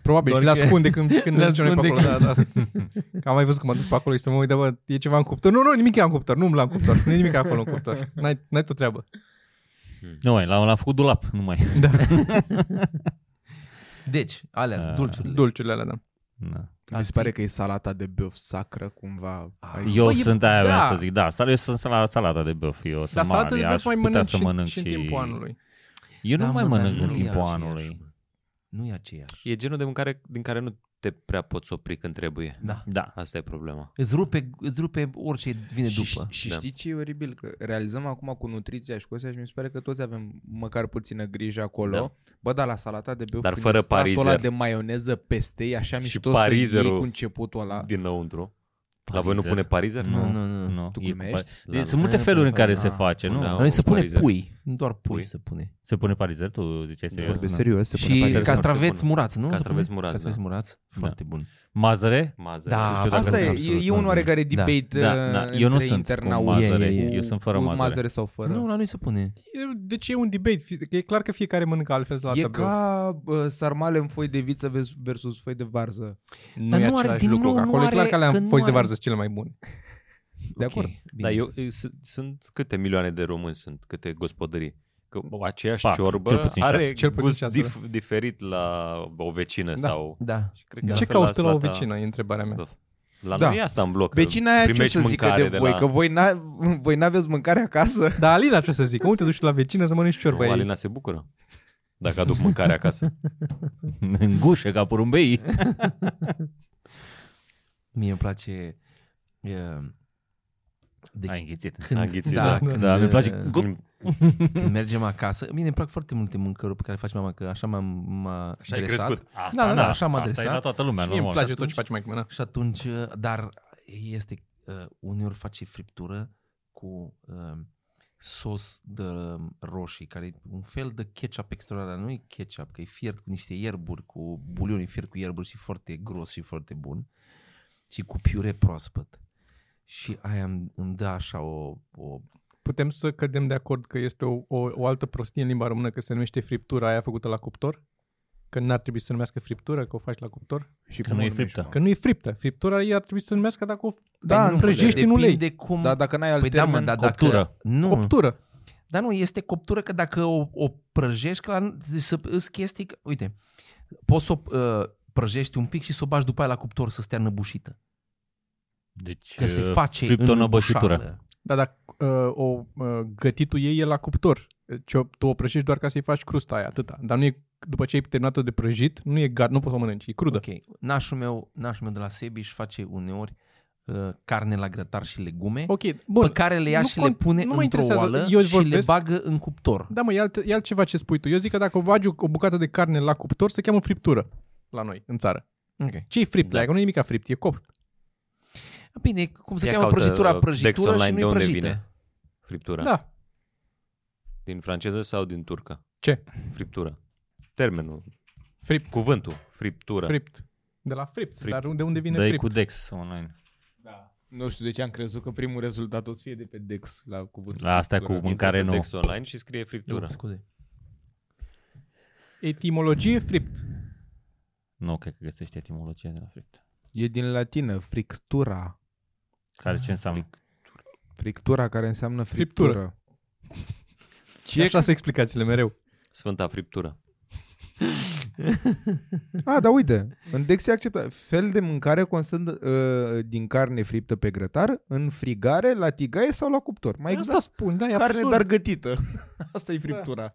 A: Probabil
B: Doar
A: și le
B: că-
A: ascunde când, când le ajungem pe
B: ascunde
A: acolo. Da, da. Că am mai văzut cum am dus pe acolo și să mă uit, da, bă, e ceva în cuptor. Nu, nu, nimic e în cuptor, nu umbla în cuptor, nu e nimic acolo în cuptor. N-ai, n-ai tot treabă.
E: Nu mai, l-am, l-am făcut dulap, nu mai.
B: Deci, alea sunt
E: Ah.
B: dulciurile.
A: Dulciurile alea, da.
E: Da.
D: Mi se pare că e salata de băf sacră cumva. Ai-
E: Eu
B: Bă, e-
E: sunt aia,
B: da.
E: vreau să zic, da, sal- eu sunt la salata de băf, eu sunt
A: Dar salată
E: mare,
A: de
E: aș
A: băf mai
E: putea
A: mănânc,
E: să
A: și,
E: mănânc
A: și, în timpul anului.
E: Eu nu
B: Da,
E: mai
B: mă, dar
E: mănânc în
B: nu e
E: timpul
B: aceeași,
E: anului.
B: mă. Nu e aceeași.
C: E genul de mâncare din care nu te prea poți opri când trebuie.
B: Da.
E: Da.
C: Asta e problema.
B: Îți rupe, îți rupe orice vine
D: Și,
B: după.
D: și
C: Da.
D: știi ce e oribil? Că realizăm acum cu nutriția și cu astea și mi se pare că toți avem măcar puțină grijă acolo. Da. Bă, dar la salata de băuf
C: Dar
D: când
C: fără
D: e stratul
C: parizer.
D: ăla de maioneză peste, e așa
C: Și
D: mișto să
C: parizerul
D: iei cu începutul ăla.
C: Dinăuntru. La voi nu
E: Parizer.
C: pune parizer?
B: Nu, nu, nu.
E: nu.
D: Tu
E: E cu
D: glumești?
E: pari-
C: La
E: Deci
C: nu.
E: Sunt multe
B: Nu e
E: feluri în
B: cu
E: care
B: pari-
E: se
B: ah,
E: face,
C: bun, da.
E: nu?
B: Noi se pune
C: Parizer.
B: pui, nu doar pui,
C: Pui.
B: se pune.
E: Se pune parizer, tu ziceai serios?
D: Vorbesc
E: Da.
D: serios, se pune
B: și
D: parizer.
C: ca-
B: castraveți
C: Foarte
B: murați, nu?
C: Castraveți
B: Se pune?
C: murați,
B: Castraveți
C: da.
B: murați, foarte bun.
E: Mazăre?
C: Mazăre.
B: Da,
C: Nu știu dacă
D: Asta
E: Asta
D: e,
E: e
D: e, e
E: absolut
D: un oarecare
B: mazăre.
D: debate
E: Da, da,
D: da,
E: eu
D: da,
E: nu
D: eu nu
E: sunt cu
B: mazăre,
D: internauți.
E: eu sunt fără
D: cu
E: mazăre.
D: mazăre sau fără.
B: Nu, la noi se pune.
A: E- Deci e un debate, fi- că e clar că fiecare mănâncă altfel salată
D: E
A: de băf.
D: ca uh, sarmale în foi de viță vers- versus foi de varză.
A: Nu
B: Dar
A: e
B: nu are-
A: același
B: din
A: lucru.
B: nou,
A: că
B: nu
A: Acolo e clar
B: are-
A: că alea
B: că
A: am
B: nu
A: fost de
B: are-
A: varză sunt cele mai bune.
D: De acord.
C: Dar eu, eu sunt- sunt câte milioane de români sunt, câte gospodării. Că aceeași
E: Patru,
C: ciorbă
E: cel puțin
C: are
E: șase.
A: Cel
C: cel
A: puțin
C: gust
A: șase,
C: dif- diferit la o vecină
A: Da.
C: sau...
B: Da.
C: Și cred că
B: Da.
C: la
A: Ce
C: fel la
A: cauți tu la o
C: salata-
A: vecină, e întrebarea mea.
C: Bă, La
D: Da.
C: noi e asta în bloc. că
D: Vecina aia ce o
C: primești
D: să zică
C: mâncare
D: de voi? Că
C: la...
D: voi, n-a, voi n-aveți mâncare acasă?
A: Dar Da, Alina ce o să zic? Cum te duci tu la vecină să mănânci ciorba
C: Nu,
A: ei?
C: Alina se bucură dacă aduc mâncare acasă.
E: În gușă, ca porumbei.
B: Mie îmi place... Uh, de
E: Ai înghițit.
C: A înghițit,
B: da,
C: da.
B: când,
E: Da, mi-e place.
B: uh,
E: Gup.
B: Când mergem acasă, mine îmi plac foarte multe mâncăruri pe care le face mama, că așa m-am m-a
C: ai
B: dresat.
C: crescut.
E: Asta,
B: Da, da, da, așa m-a
E: Asta e
B: adresat.
E: la toată lumea,
A: Și mie îmi
E: normal.
A: place tot ce face mai mea.
B: Și atunci, uh, dar este, uh, uneori face friptură cu uh, sos de roșii, care e un fel de ketchup extraordinar. Nu e ketchup, că e fiert cu niște ierburi, cu bulion, e fiert cu ierburi și foarte gros și foarte bun. Și cu piure proaspăt. Și aia îmi, îmi dă așa o, o
A: Putem să cădem de acord că este o, o, o altă prostie în limba română, că se numește friptura aia făcută la cuptor? Că n-ar trebui să se numească friptură, că o faci la cuptor?
D: Și
E: Că
D: cum
E: nu
D: o
E: e
D: numești,
E: friptă.
D: mă?
A: Că nu e friptă. Friptura ei ar trebui să se numească dacă o
D: Da,
B: Păi nu
D: înțeleg.
A: prăjești în ulei.
B: Depinde cum...
D: Dar dacă n-ai alt
B: păi da, mă,
D: termen,
B: dar
E: coptură.
B: dacă... Nu,
A: coptură.
B: Dar nu, este coptură că dacă o, o prăjești, că la, să, îs chestii, că- uite, poți să o uh, prăjești un pic și să o bagi după aia la cuptor să stea năbușită.
E: Deci,
B: Că se
E: uh,
B: face
E: friptă
B: în
E: năbășitură.
B: bușală.
A: Da, dar uh, o, uh, gătitul ei e la cuptor. Deci o- tu o prăjești doar ca să-i faci crusta aia, atâta. Dar nu e, după ce ai terminat-o de prăjit, nu e gat, nu poți să o mănânci, e crudă. Okay.
B: Da. Ok, nașul meu, nașul meu de la Sebiș face uneori uh, carne la grătar și legume, okay.
A: Ok, bun.
B: pe care le ia
A: nu
B: și
A: cont-
B: le pune
A: nu mă
B: într-o
A: interesează.
B: oală
A: Eu îți
B: și le
A: vorbesc-
B: bagă în cuptor.
A: Da, mă, e, alt, e altceva ce spui tu. Eu zic că dacă o bagi o, o bucată de carne la cuptor, se cheamă friptură la noi, în țară.
B: Ok.
A: Ce-i fript?
C: Da.
A: Da. Că nu e nimic fript, e copt.
B: Bine, cum se
C: Ia
B: cheamă
C: caută,
B: prăjitura,
C: uh, Dex
B: prăjitură
C: Online,
B: și
C: de
B: nu
C: unde
B: prăjită.
C: vine? Friptura.
A: Da.
C: Din franceză sau din turcă?
A: Ce?
C: Friptură. Termenul.
A: Fript.
C: Cuvântul. Friptură.
A: Fript. De la Da. fript.
C: Fript.
A: fript. Dar unde, unde vine
E: Dă-i
A: fript?
E: cu Dex online.
D: Nu știu de ce am crezut că primul rezultat o să fie de pe Dex la cuvântul.
E: La astea cu
D: friptură.
E: mâncare
C: Intră pe
E: nouă.
C: Dex online și scrie friptură.
B: Nu, scuze.
A: Etimologie fript.
E: Nu, cred că găsești etimologia de la fript.
D: E din latină, frictura.
E: Care ce înseamnă?
D: Frictura care înseamnă
A: Friptură.
D: friptură.
A: Și așa se explicațiile mereu.
C: Sfânta friptură.
D: A, dar uite, în Dex e acceptat. Fel de mâncare constând uh, din carne friptă pe grătar, în frigare, la tigaie sau la cuptor. Mai exact,
A: Asta spun, da, e
D: carne
A: absurd.
D: dar gătită. Asta e friptura.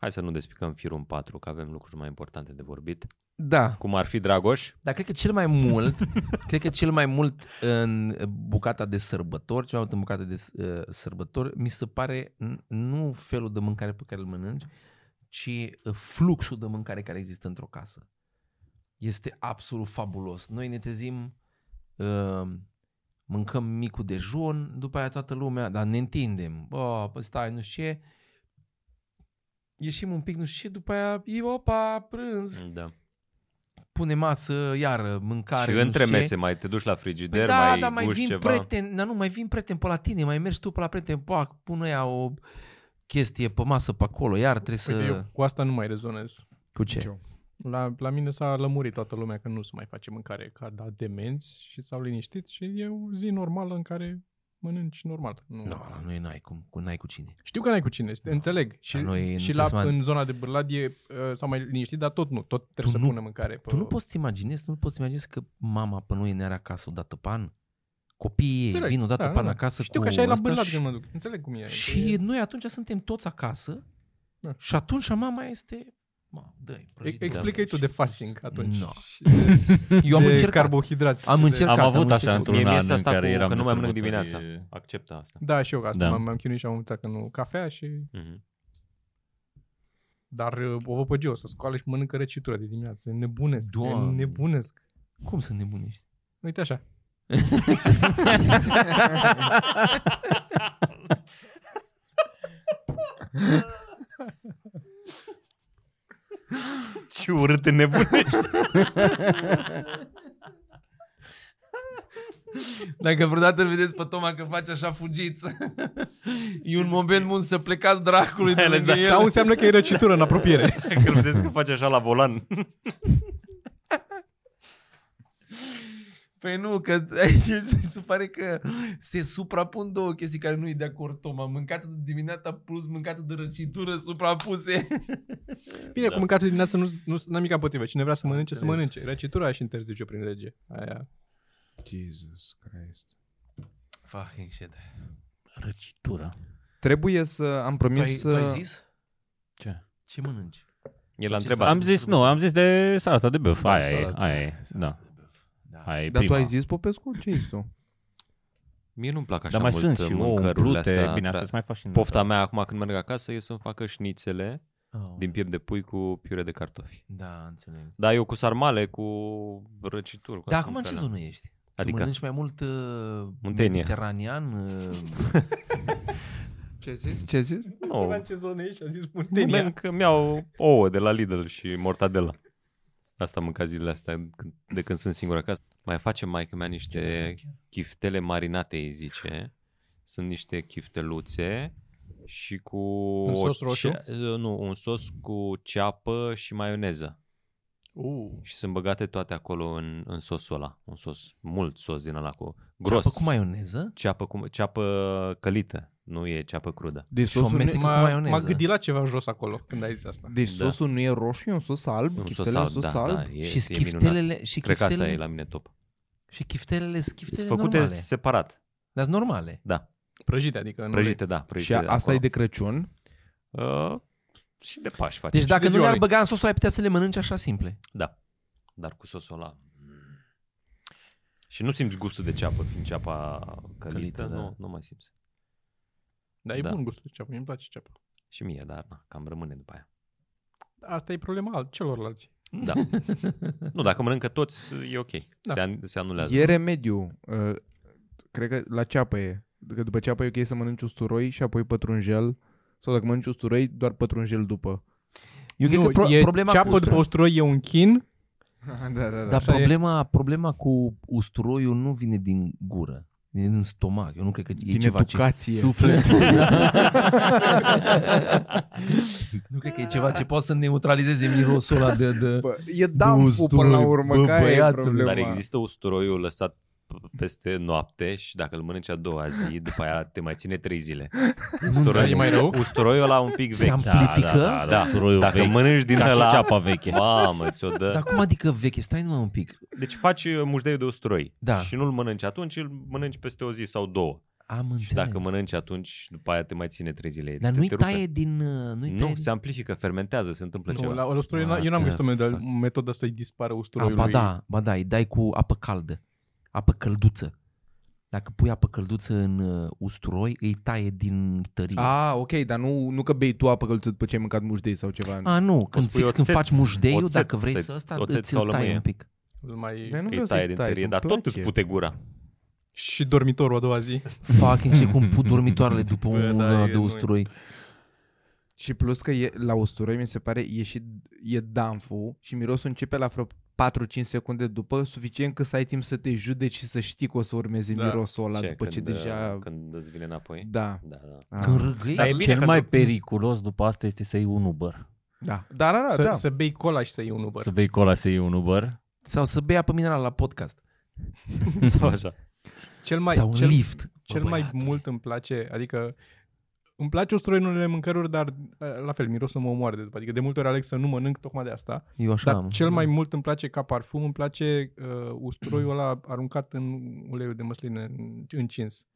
C: Hai să nu despicăm firul în patru, că avem lucruri mai importante de vorbit.
B: Da,
C: Cum ar fi Dragoș?
B: Dar cred că cel mai mult, cred că cel mai mult în bucata de sărbători, cel mai mult în bucata de uh, sărbători, mi se pare n- nu felul de mâncare pe care îl mănânci, ci uh, fluxul de mâncare care există într-o casă. Este absolut fabulos. Noi ne trezim, uh, mâncăm micul dejun, după aia toată lumea, dar ne întindem. Bă, păi stai, nu știu ce. Ieșim un pic, nu știu ce, după aia, e, opa, prânz
C: Da.
B: pune masă, iară, mâncare.
C: Care și
B: nu
C: între
B: știu ce.
C: mese mai te duci la
B: Păi
C: frigider,
B: da,
C: mai
B: dar mai
C: guși
B: vin
C: ceva.
B: prieteni, dar nu, mai vin prieteni pe la tine, mai mergi tu pe la prieteni, pac, pun ea o chestie pe masă pe acolo, iar trebuie să...
A: Uite, Păi eu cu asta nu mai rezonez.
B: Cu ce?
D: Nicio.
A: La, la mine s-a lămurit toată lumea că nu se mai face mâncare ca da demenți și s-au liniștit și e o zi normală în care mănânci normal. Nu.
B: Nu, no, nu e n-ai cum, cu n-ai cu cine.
A: Știu că n-ai cu cine,
B: Nu.
A: înțeleg. Și,
B: La noi în
A: și la,
B: Tasman-
A: în zona de Bârlad e, uh, s-au mai liniștit, dar tot nu. Tot trebuie
B: Tu
A: să
B: nu-
A: pună mâncare. Pe...
B: Tu nu poți să imaginezi, tu nu poți să imaginezi că mama pe noi ne are acasă o dată pe an? Copiii ei
A: Înțeleg,
B: vin o dată
A: da,
B: pe an
A: da.
B: acasă
A: Știu
B: cu
A: că așa e la
B: ăsta
A: Bârlad
B: și-
A: când mă duc. Înțeleg cum e.
B: Și noi atunci suntem toți acasă
A: Da.
B: și atunci mama este... Mă, dă-i,
A: E-
B: prăjitură
A: Explică-i tu
B: și-
A: de fasting atunci.
B: No.
A: Și de-
B: Eu am
A: de
B: încercat.
A: carbohidrați.
B: Am
A: și de-
B: încercat.
E: Am
B: Căcat, am
E: avut așa
B: început.
E: într-un
C: Mie mi-e
E: an
C: asta
E: în care
C: cu-
E: eram
C: că nu
E: de
C: mai mănânc
E: sărbători.
C: dimineața. Acceptă asta.
A: Da, și eu că asta
E: Da.
A: m-am- m-am chinuit și am învățat că nu cafea și...
C: Mhm.
A: Dar uh, o văpăgeu să scoală și mănâncă recitura de dimineață. Nebunesc.
B: Doamne.
A: Nebunesc.
B: Cum să nebunești?
A: Uite așa.
C: Ce urât te nebunești.
B: Dacă vreodată îl vedeți pe Toma că face așa, fugiți. E un moment bun să plecați dracului de
C: Mai ales
B: lângă
C: dacă-
B: el.
A: Sau înseamnă că e răcitură în apropiere.
C: Că vedeți că face așa la volan.
B: Păi nu, că aici mi se pare că se suprapun două chestii care nu e de acord Toma. Mâncatul de dimineața plus mâncatul de răcitură suprapuse.
A: Bine,
C: Da.
A: da. cu mâncatul de dimineață nu, nu n-am nimic împotrivă. Cine vrea să
B: Am
A: mănânce, să
B: înțeles.
A: mănânce. Răcitura și interzice prin lege. Aia.
D: Jesus Christ.
B: Fucking shit.
E: Răcitura.
D: Trebuie să am promis
B: Tu ai,
D: să...
B: tu ai zis?
E: Ce?
B: Ce mănânci?
C: El a
B: Ce
C: întrebat.
E: Am zis, nu, am zis de salata de băf. Aia e,
B: Salată.
E: aia e, da.
B: Salată de băf. Da.
E: Aia e
D: Dar tu
E: prima.
D: ai zis, Popescu? Ce ai zis tu?
C: Mie nu-mi plac așa
E: Dar mai
C: mult uh,
E: sunt și ouă
C: mâncărurile
E: umplute,
C: astea.
E: bine,
C: Da.
E: asta mai faci și în
C: Pofta mea acum când merg acasă e să-mi facă șnițele
B: Oh.
C: din piept de pui cu piure de cartofi.
B: Da, înțeleg.
C: Da, eu cu sarmale, cu răcituri. Cu astea
B: Dar acum în ce
C: mâncare.
B: zonă ești?
C: Adică,
B: Tu mănânci mai mult uh,
C: Muntenia.
B: mediteranean, uh,
D: Ce zis? Ce zis?
A: Vorbeam
C: nu,
A: ce zonă ești, a zis Muntenia.
C: mănânc, îmi iau ouă de la Lidl și mortadela. Asta mânca zilele astea când- de când sunt singur acasă. Mai facem mai mea niște chiftele marinate, îi zice. Sunt niște chifteluțe și cu...
A: În
C: o
A: sos roșu?
C: cea- Nu, un sos cu ceapă și maioneză.
A: Uh,
C: Și sunt băgate toate acolo în, în sosul ăla. Un sos, mult sos din ăla cu... Gros.
B: ceapă cu maioneză
C: ceapă, cu, ceapă călită, nu e ceapă crudă.
D: Deci
B: și o
D: sosul, nu
B: amestec
D: e,
B: cu
A: m-a, m-a
B: maioneză.
A: gândit la ceva jos acolo când ai zis asta.
D: deci
C: Da.
D: sosul nu e roșu, e un sos alb?
C: Un sos
D: Chiftelul e un
C: alb,
D: sos
C: da,
D: alb?
C: da, e,
B: și
C: e minunat.
B: schiftelele, și
C: Cred că asta
B: schiftelele,
C: e la mine top.
B: și schiftelele, schiftelele
C: Sunt făcute
B: normale.
C: separat.
B: Dar sunt normale.
C: Da,
A: Prăjite, adică nu
C: prăjite, da, prăjite.
D: Și a, asta
C: acolo.
D: e de Crăciun?
C: Uh, și de Paști face.
B: Deci
A: și de
B: dacă nu le-ar
A: ziua
B: băga în sosul, ai putea să le mănânci așa simple.
C: Da, dar cu sosul ăla. mm. Și nu simți gustul de ceapă, fiind ceapa călită,
B: Călită,
C: călită
B: da.
C: nu, nu mai simți.
A: Dar e
C: Da.
A: bun gustul de ceapă, mi-mi place ceapă.
C: Și mie, dar na, cam rămâne după aia.
A: Asta e problema al celorlalți.
C: Da. nu, dacă mănâncă toți, e ok.
A: Da.
C: Da. Se, an- se anulează.
D: E remediu. Uh, cred că la ceapă e. Că după ceapă e ok să mănânci usturoi și apoi pătrunjel. Sau dacă mănânci usturoi, doar pătrunjel după.
B: Eu cred
A: nu,
B: că pro-
A: e
B: problema
A: ceapă
B: cu usturoi-
A: după usturoi e un chin.
D: da, da, da.
B: Dar
A: Așa e.
B: problema, problema cu usturoiul nu vine din gură, vine din stomac. Eu nu cred că e
D: Din
B: ceva
D: educație.
B: ce suflet. nu cred că e ceva ce poate să neutralizeze mirosul ăla de... de...
D: Bă, e
B: usturoi, bă, băiatul.
C: Dar există usturoiul lăsat peste noapte și dacă îl mănânci a doua zi, după aia te mai ține trei zile.
A: Usturoiul e mai rău.
C: Usturoiul ăla un pic
B: Se
C: vechi.
B: am- Amplifică?
E: Da, da, da,
C: Da.
E: da turoiul
C: Dacă
E: vechi.
C: mănânci din
E: Ca și
C: ăla,
E: ceapa veche.
C: mamă, ți-o dă.
B: Dar cum adică veche? Stai numai un pic.
C: Deci faci mușdeiul de usturoi
B: Da.
C: și nu-l mănânci atunci, îl mănânci peste o zi sau două.
B: Am
C: Și
B: înțeles.
C: dacă mănânci atunci, după aia te mai ține trei zile.
B: Dar
C: te,
B: nu-i
C: te rupe.
B: taie din... uh, Nu-i
C: Nu,
B: taie
C: se amplifică, fermentează, se întâmplă
A: Nu,
C: ceva.
A: la, la usturoi,
B: What
A: eu n-am
B: the
A: găsit o metodă,
B: fuck?
A: metodă să-i dispară
B: A,
A: usturoiul
B: da, ba
A: lui.
B: da, ba da, îi dai cu apă caldă, apă călduță. Dacă pui apă călduță în uh, usturoi, îi taie din tărie.
C: Ah,
B: A,
D: A, ok, dar nu, nu că bei tu apă călduță după ce ai mâncat mușdei sau ceva.
B: A nu, când,
C: spui
B: fix, când
C: oțet,
B: faci mușdeiul,
C: oțet
B: dacă vrei
C: să-
B: să ăsta,
C: oțet
B: îți
C: sau
B: îl taie
C: lămâie.
B: un pic.
A: Îl Mai...
D: Dar nu
C: Îi
D: vreau
C: taie
D: să-i
C: din
D: tai,
C: tărie,
D: îmi
C: dar tot
D: place.
C: îți pute gura.
A: Și dormitorul a doua zi.
B: Fucking ce cum put dormitoarele după
A: Bă,
B: un
A: da,
B: da,
A: e
B: de
A: noi.
B: usturoi.
D: Și plus că e, la usturoi mi se pare e și e danful și mirosul începe la vreo 4-5 secunde după, suficient că să ai timp să te judeci și să știi că o să urmeze
A: Da.
D: mirosul ăla
C: Ce,
D: după ce
C: când, uh,
D: deja...
C: Când îți vine înapoi?
D: Da.
C: Da, da.
D: Da.
B: Când
D: Da,
B: râgâi,
C: Dar e bine
E: Cel
C: că
E: mai
C: nu-
E: periculos după asta este să iei un Uber.
D: da, da, da,
A: să,
D: da.
A: să bei cola și să iei un Uber.
E: Să vei cola să iei un Uber.
B: sau să bei apă minerală la podcast.
C: Sau așa.
A: Cel mai,
B: sau în
A: cel,
B: lift. Bă,
A: cel mai
B: băiatule.
A: mult îmi place, adică îmi place usturoiul în unele mâncăruri, dar eh, la fel, mirosul mă omoară de după. Adică de multe ori aleg să nu mănânc tocmai de asta.
B: Eu așa
A: Dar
B: am.
A: cel mai mult îmi place ca parfum, îmi place uh, usturoiul ăla aruncat în uleiul de măsline în- încins.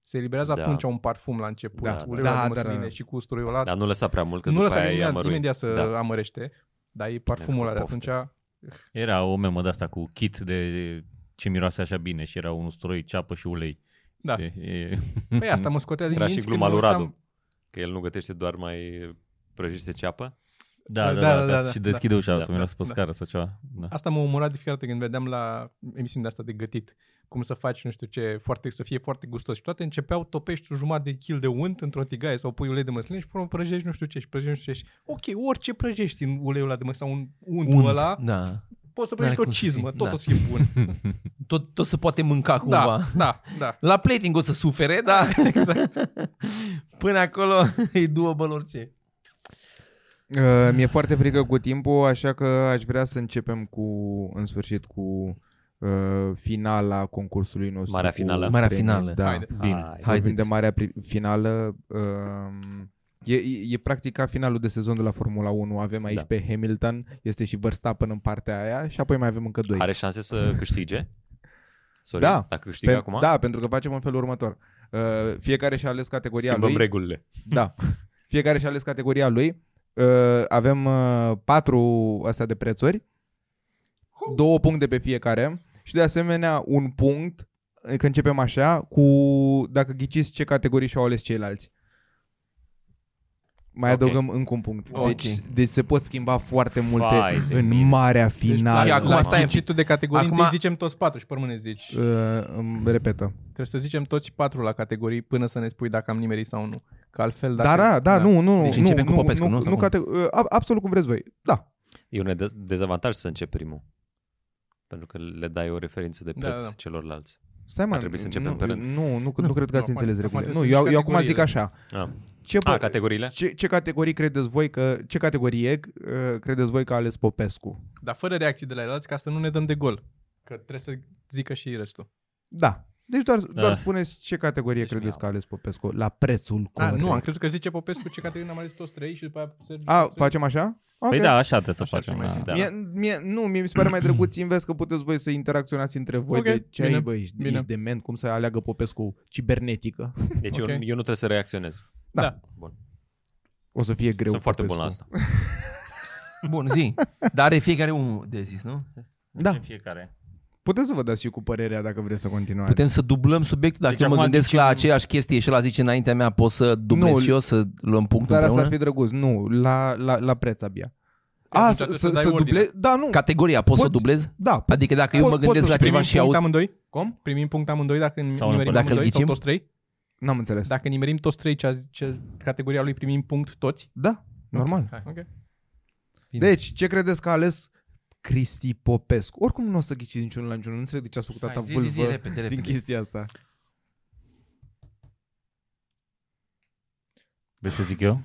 A: Se eliberează
C: Da.
A: atunci un parfum la început,
C: Da, da.
A: uleiul
D: Da,
A: ăla de
D: da, da.
A: măsline și cu usturoiul ăla.
C: Dar nu lăsa prea mult, că
A: nu
C: după
A: lăsa
C: aia e
A: imediat,
C: amărui.
A: imediat să
C: Da.
A: amărește, dar e parfumul
C: Mi-a
A: ăla de
C: făcut
A: atunci.
E: Era o memă de asta cu kit de ce miroase așa bine și era un usturoi, ceapă și ulei.
A: Da.
E: E, e,
A: Păi asta mă scotea din
C: Era și
A: minți când
C: gluma lui
A: mă uitam-
C: Radu, că el nu gătește doar mai prăjește ceapă.
E: da, da, da, da, da,
A: da,
E: Și
A: da.
E: deschide ușa
C: Da,
E: să miroase pe
A: da.
E: scară sau ceva. Da.
A: Asta mă omora de fiecare dată când vedeam la emisiunea asta de gătit cum să faci, nu știu ce, foarte, să fie foarte gustos. Și toate începeau, topești un jumătate de kil de unt într-o tigaie sau pui ulei de măsline și până la urmă prăjești nu știu ce și prăjești nu știu ce. Și, ok, orice prăjești în uleiul ăla de măsline sau un untul
B: Unt,
A: ăla,
B: Da.
A: poți să
B: N-are
A: prăjești o
B: cum să
A: cizmă,
B: fii,
A: tot
B: da.
A: o să fie bun.
B: Tot, tot se poate mânca cumva.
A: Da, da, da.
B: La plating o să sufere, da. exact. Până acolo îi duă bă orice.
D: Uh, mi-e foarte frică cu timpul, așa că aș vrea să începem cu, în sfârșit, cu uh, finala concursului nostru.
C: Marea
D: cu
C: finală.
B: Marea
D: premii.
B: finală.
D: Da.
A: Haide.
E: Bine.
C: Hai.
D: Hai
B: Haideți.
D: de marea pri- finală. Um, e, e, e practic ca finalul de sezon de la Formula 1. Avem aici da.
C: Da.
D: pe Hamilton, este și Verstappen în partea aia și apoi mai avem încă doi.
C: Are șanse să câștige? Sorin,
D: Păi. Da.
C: Dacă câștigă
D: Pe-
C: acum?
D: Da, pentru că facem în felul următor. Uh, fiecare și-a ales categoria
C: Schimbăm
D: lui.
C: regulile.
D: Da. Fiecare și-a ales categoria lui. Uh, avem uh, patru astea de prețuri. Două puncte pe fiecare. Și de asemenea un punct, eh, că începem așa, cu dacă ghiciți ce categorii și-au ales ceilalți. Mai
C: Ok.
D: adăugăm încă un punct.
A: Ok.
D: Deci, deci se pot schimba foarte multe
C: Vai de
D: în
C: mine.
D: marea
B: Da,
A: și
D: finală.
A: acum
B: Deci, la-
A: stai tu de categorii,
B: Acum-
A: acum... zicem toți patru și pe rămâne zici.
B: Ă.
D: Uh, îmi repetă.
A: Trebuie să zicem toți patru la categorii până să ne spui dacă am nimerit sau nu. Că altfel dacă...
D: Dar da, da, nu, nu,
B: Deci
D: nu,
B: începem
D: nu,
B: cu Popescu, nu?
D: nu,
B: Sau
D: nu
B: cum?
D: cate- uh, ab- absolut cum vreți voi. Da.
C: E un de- dezavantaj să încep primul. Pentru că le dai o referință de
A: Da,
C: preț da,
A: da.
C: da. celorlalți.
D: Stai mă,
C: Ar trebui să începem
D: nu,
C: pe rând.
D: Nu, nu, nu,
B: Nu.
D: cred că ați
A: Nu,
D: înțeles
A: acum
D: regulile. Nu,
A: trebuie să
D: eu,
A: zici
D: eu acum zic
A: categoriile.
D: așa.
C: Ah.
D: Ce,
C: A,
D: bă-
C: categoriile?
D: ce, ce categorii credeți voi că, ce categorie uh, credeți voi că a ales Popescu?
A: Dar fără reacții de la alții ca să nu ne dăm de gol. Că trebuie să zică și restul.
D: Da. Deci doar, doar
E: Ah.
D: spuneți ce categorie
C: Deci
D: credeți
C: mi-au.
D: că a ales Popescu la prețul
A: A,
D: corect.
A: nu, am crezut că zice Popescu ce categorii am ales toți trei și după aia Sergiu.
D: A,
A: Sergiu.
D: facem așa?
E: Păi
D: Ok.
E: da, așa trebuie să
A: Așa ar fi
E: facem.
A: mai simplu.
E: da, da.
D: Mie, mie, nu, mie mi se pare mai drăguț invers că puteți voi să interacționați între voi
A: Ok,
D: de ce ai,
A: bine,
D: bă, ești,
A: bine.
D: ești dement, cum să aleagă Popescu cibernetică.
C: Deci
A: Ok.
C: okay. eu, eu nu trebuie să reacționez.
D: Da.
A: Da.
C: Bun. Greu
D: O să fie greu.
C: Sunt foarte
D: Popescu.
C: bun la asta.
B: Bun, zi. Dar are fiecare unul de zis, nu?
D: Da,
E: Fiecare.
D: puteți să vă dați și cu părerea dacă vreți să continuați.
B: Putem să dublăm subiectul dacă
E: Deci
B: deci, mă
E: acum
B: gândesc
E: zicem-
B: la aceeași chestie și la zice înaintea mea, pot să dublez
D: Nu,
B: și eu să luăm punctul
D: Dar asta
B: împreună?
D: ar fi drăguț. Nu, la, la, la preț abia. A,
A: atunci
D: să,
A: trebuie
D: să,
A: să dai
D: să
A: ordine.
D: duble... Da, nu.
B: Categoria, pot să
D: Poți?
B: dublez?
D: Da, pe-
B: Adică dacă eu
D: Pot-
B: mă
D: pot
B: gândesc
D: să
B: la
A: Primim
B: ceva
A: punct
B: și aud...
A: amândoi?
D: cum?
A: Primim punct amândoi dacă
E: Sau nu,
A: nimerim
E: dacă
B: îl
A: amândoi sau
B: ghicim?
A: toți trei?
D: N-am înțeles.
A: Dacă nimerim toți trei ce, a zis- ce categoria lui primim punct toți?
D: Da, normal.
A: Hai, ok.
B: Bine.
D: Deci, ce credeți că a ales Cristi Popescu? Oricum nu o să ghiciți niciunul la niciunul. Nu înțeleg de ce a făcut atâta
B: zi, zi, zi,
D: vâlvă
B: repede,
D: din
B: repede.
D: chestia asta.
E: Vrei să zic eu?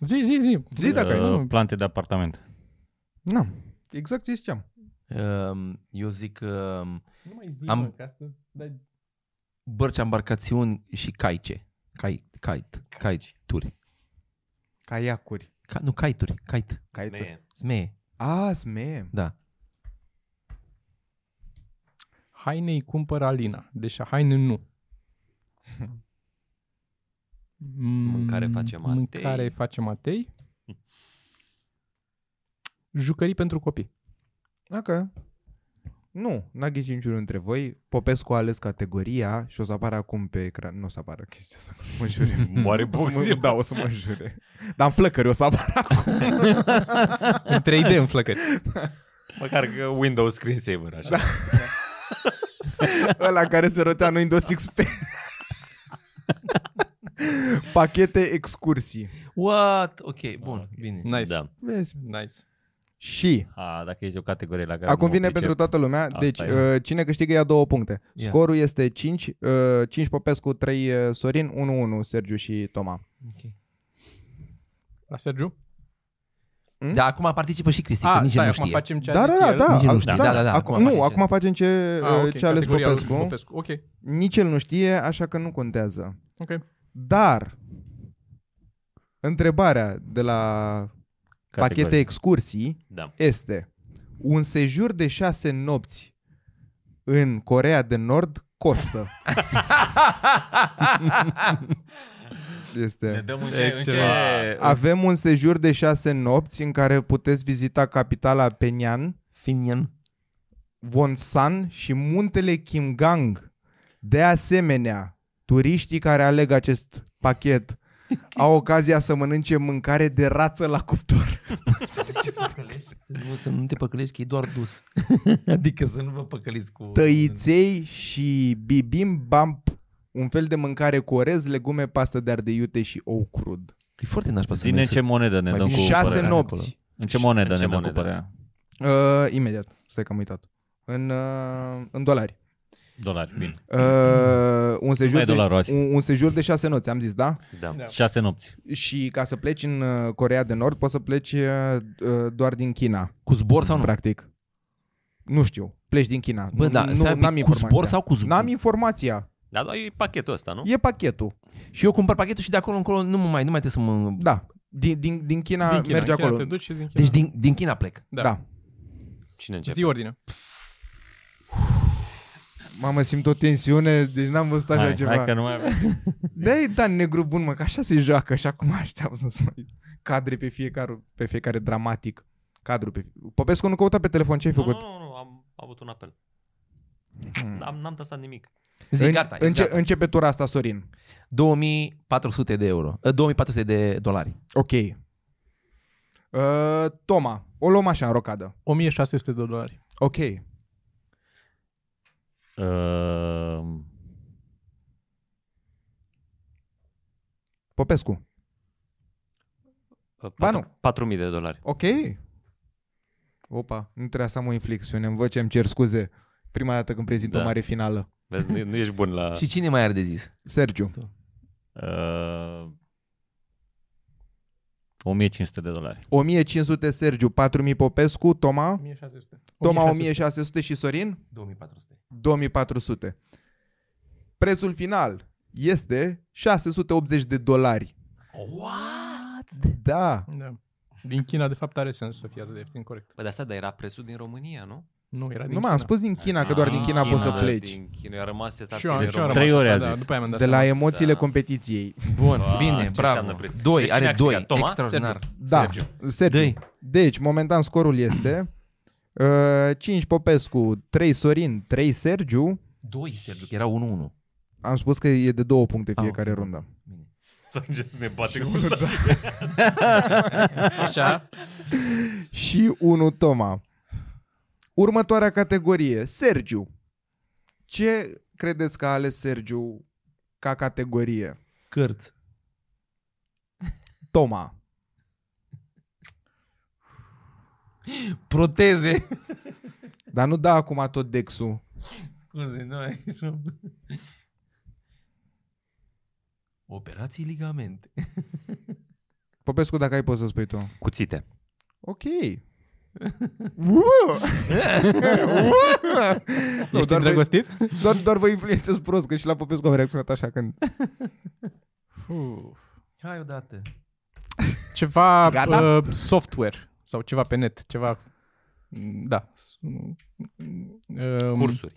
A: Zi, zi, zi.
D: Zi dacă ai.
E: Uh, Plante de apartament.
D: Nu, exact ce ziceam.
B: Um, Eu zic um,
A: Nu mai zi,
B: Am-
A: mă, că asta... dai-
B: bărci, embarcațiuni și caice. Cai, kite, kite-turi.
D: Caiacuri.
B: Ca, nu, caituri, kite,
D: Caiacuri.
B: zmeie.
D: A, smeie.
B: Da.
A: Haine îi cumpără Alina, deci haine nu. Mm,
C: Mâncare face Matei.
A: Mâncare face Matei. Jucării pentru copii.
D: Ok. Nu, n-a ghicit niciunul dintre voi. Popescu a ales categoria și o să apară acum pe ecran. Nu o să apară chestia asta, o să mă jure.
C: Moare
D: o să mă,
C: Bogdan.
D: Da, o să mă jure. Dar în flăcări o să apară.
A: În 3D în flăcări.
C: Măcar că Windows screensaver, așa. Da.
D: Ăla care se rotea în Windows XP. Pachete excursii.
B: What? Ok, bun, bine.
A: Nice.
C: da.
D: Vezi?
A: Nice.
D: Și
C: Ah,
E: A, dacă ești o categorie la care
D: acum
E: nu
D: vine
E: pricep.
D: pentru toată lumea, deci
E: e.
D: uh, cine câștigă ia două puncte.
B: Ia.
D: Scorul este 5, uh, 5 Popescu, 3 Sorin, 1-1 Sergiu și Toma.
B: Ok.
A: La Sergiu?
D: Hmm?
B: Dar acum participă și Cristi, că nici el nu
A: Ah, acum
B: știe.
A: facem ce a
D: Da, da,
A: zis
D: da,
A: el.
D: da,
B: Nici el nu
D: ac-
B: știe. Da, da, da,
D: Acum,
B: acum
D: nu,
B: facem ce-
D: acum facem ce,
A: Ah,
D: uh,
A: ok,
D: ce a ales
A: categoria lui
D: Popescu.
A: Popescu. Ok,
D: Nici el nu știe, așa că nu contează.
A: ok.
D: Dar întrebarea de la
E: Categorie.
D: pachete excursii
C: da.
D: este un sejur de șase nopți în Corea de Nord costă.
E: Ne
D: este.
E: dăm în ce, în ce...
C: Excelent.
D: Avem un sejur de șase nopți în care puteți vizita capitala Penyan,
B: Finian.
D: Wonsan și muntele Kimgang. De asemenea, turiștii care aleg acest pachet au ocazia să mănânce mâncare de rață la cuptor.
B: Să nu, să nu te păcălești, că e doar dus. adică să nu vă păcăliți cu...
D: Tăiței și bibimbap, un fel de mâncare cu orez, legume, pastă de ardei iute și ou crud.
B: E foarte nașpa să
E: Zine
B: mergi
E: în ce
B: să...
E: monedă ne
B: Mai
E: dăm cu
B: bine
D: șase
E: părerea.
D: nopți.
E: În ce monedă
C: În ce
E: ne dăm cu
C: monedă?
E: părerea?
D: Uh, imediat, stai că am uitat. În, uh, în dolari.
E: Dolari, bine.
D: Da. Uh, un, sejur
E: mai
D: de,
E: dolari azi.
D: un, un sejur de șase nopți, am zis, da?
C: Da. da.
A: Da.
E: Șase nopți.
D: Și ca să pleci în uh, Corea de Nord, poți să pleci uh, uh, doar din China,
B: Cu zbor sau nu?
D: practic. Nu știu, pleci din China.
B: Bă,
D: Nu-
B: da,
D: nu,
B: stai un pic,
D: n-am
B: cu
D: informația.
B: zbor sau cu zbor?
D: N-am informația.
C: Dar da, e pachetul ăsta, nu?
D: E pachetul.
B: Și eu cumpăr pachetul și de acolo încolo nu mă mai, nu mai trebuie să mă...
D: Da. Din, din, din, China,
A: Din China,
D: Ah, merge
A: în China
D: acolo.
A: Te duci și din China.
B: Deci din, din China plec.
D: da.
A: da.
D: da.
C: Cine începe?
A: Zi ordine.
D: Mamă, simt o tensiune, deci n-am văzut așa
E: hai,
D: ceva.
E: Hai că nu mai avem.
D: De-aia Dan negru bun, mă, că așa se joacă și acum așteaptă să mai cadre pe fiecare, pe fiecare dramatic. Cadru pe... Popescu nu căuta pe telefon, ce ai
C: Nu, nu,
D: făcut? Hmm.
C: nu, nu, am avut un apel. Am, n-am tastat nimic.
B: Zi,
D: În-
B: gata,
D: înce-
B: înce- gata.
D: Începe tura asta, Sorin.
B: 2400 de euro. Uh, 2400 de dolari.
D: Ok. Uh, Toma, o luăm așa în rocadă.
A: 1600 de dolari.
D: Ok.
E: Uh,
D: Popescu.
C: Uh,
D: Ba
C: patru- 4.000 de dolari.
D: Ok. Opa, nu trebuia să am o inflexiune în voce, îmi cer scuze. Prima dată când prezint
C: Da.
D: o mare finală.
C: Vezi, nu, nu ești bun la...
B: Și cine mai are de zis?
D: Sergiu.
E: uh, 1500 de dolari.
D: 1500 Sergiu, 4000 Popescu, Toma,
A: 1600.
D: Toma 1600 și Sorin
B: 2400.
D: 2400. Prețul final este 680 de dolari. What? Da.
A: Da. Din China, de fapt, are sens să fie atât de ieftin, corect.
C: Păi de asta, dar era prețul din România, nu?
A: Nu, era din
D: Nu mai
A: China.
D: am spus din China, că doar din China
E: Ah,
D: poți să
E: China,
D: pleci.
C: Din China, a rămas setat
A: Și eu,
C: din
A: și eu am
C: România.
A: rămas.
E: Trei ore a
A: da,
E: zis.
A: după aia mi-am dat
D: De la
A: seama.
D: emoțiile
C: Da.
D: competiției.
B: Bun,
C: Ba,
B: bine,
C: Ah, ce
B: bravo.
C: înseamnă preț-
B: Doi,
C: Deci cine a
B: are doi,
C: câștigat? Toma?
B: extraordinar.
D: Da,
C: Sergiu.
D: Sergiu.
B: Dăi.
D: Deci, momentan scorul este uh, 5 Popescu, 3 Sorin, 3 Sergiu.
B: Doi, Sergiu, că era 1-1.
D: Am spus că e de două puncte
B: Ah,
D: fiecare
B: ok.
D: rundă.
B: Bine.
C: Să ajungem să ne bate cu ăsta.
B: Așa.
D: și 1 Toma. Următoarea categorie, Sergiu. Ce credeți că a ales Sergiu ca categorie?
B: Cărți.
D: Toma.
B: Proteze.
D: Dar nu da acum tot Dexul.
B: Scuze, nu ai Operații ligamente.
D: Popescu, dacă ai poți să spui tu.
C: Cuțite.
D: Ok. Uuu! Nu,
A: Ești
D: doar, vă,
A: îndrăgostit?
D: doar, doar vă influențez prost, că și la Popescu am reacționat așa când...
A: Uf.
B: Hai odată.
A: Ceva
D: Gata?
A: uh, software sau ceva pe net, ceva... Mm, Da. S- mm, Um,
C: Cursuri.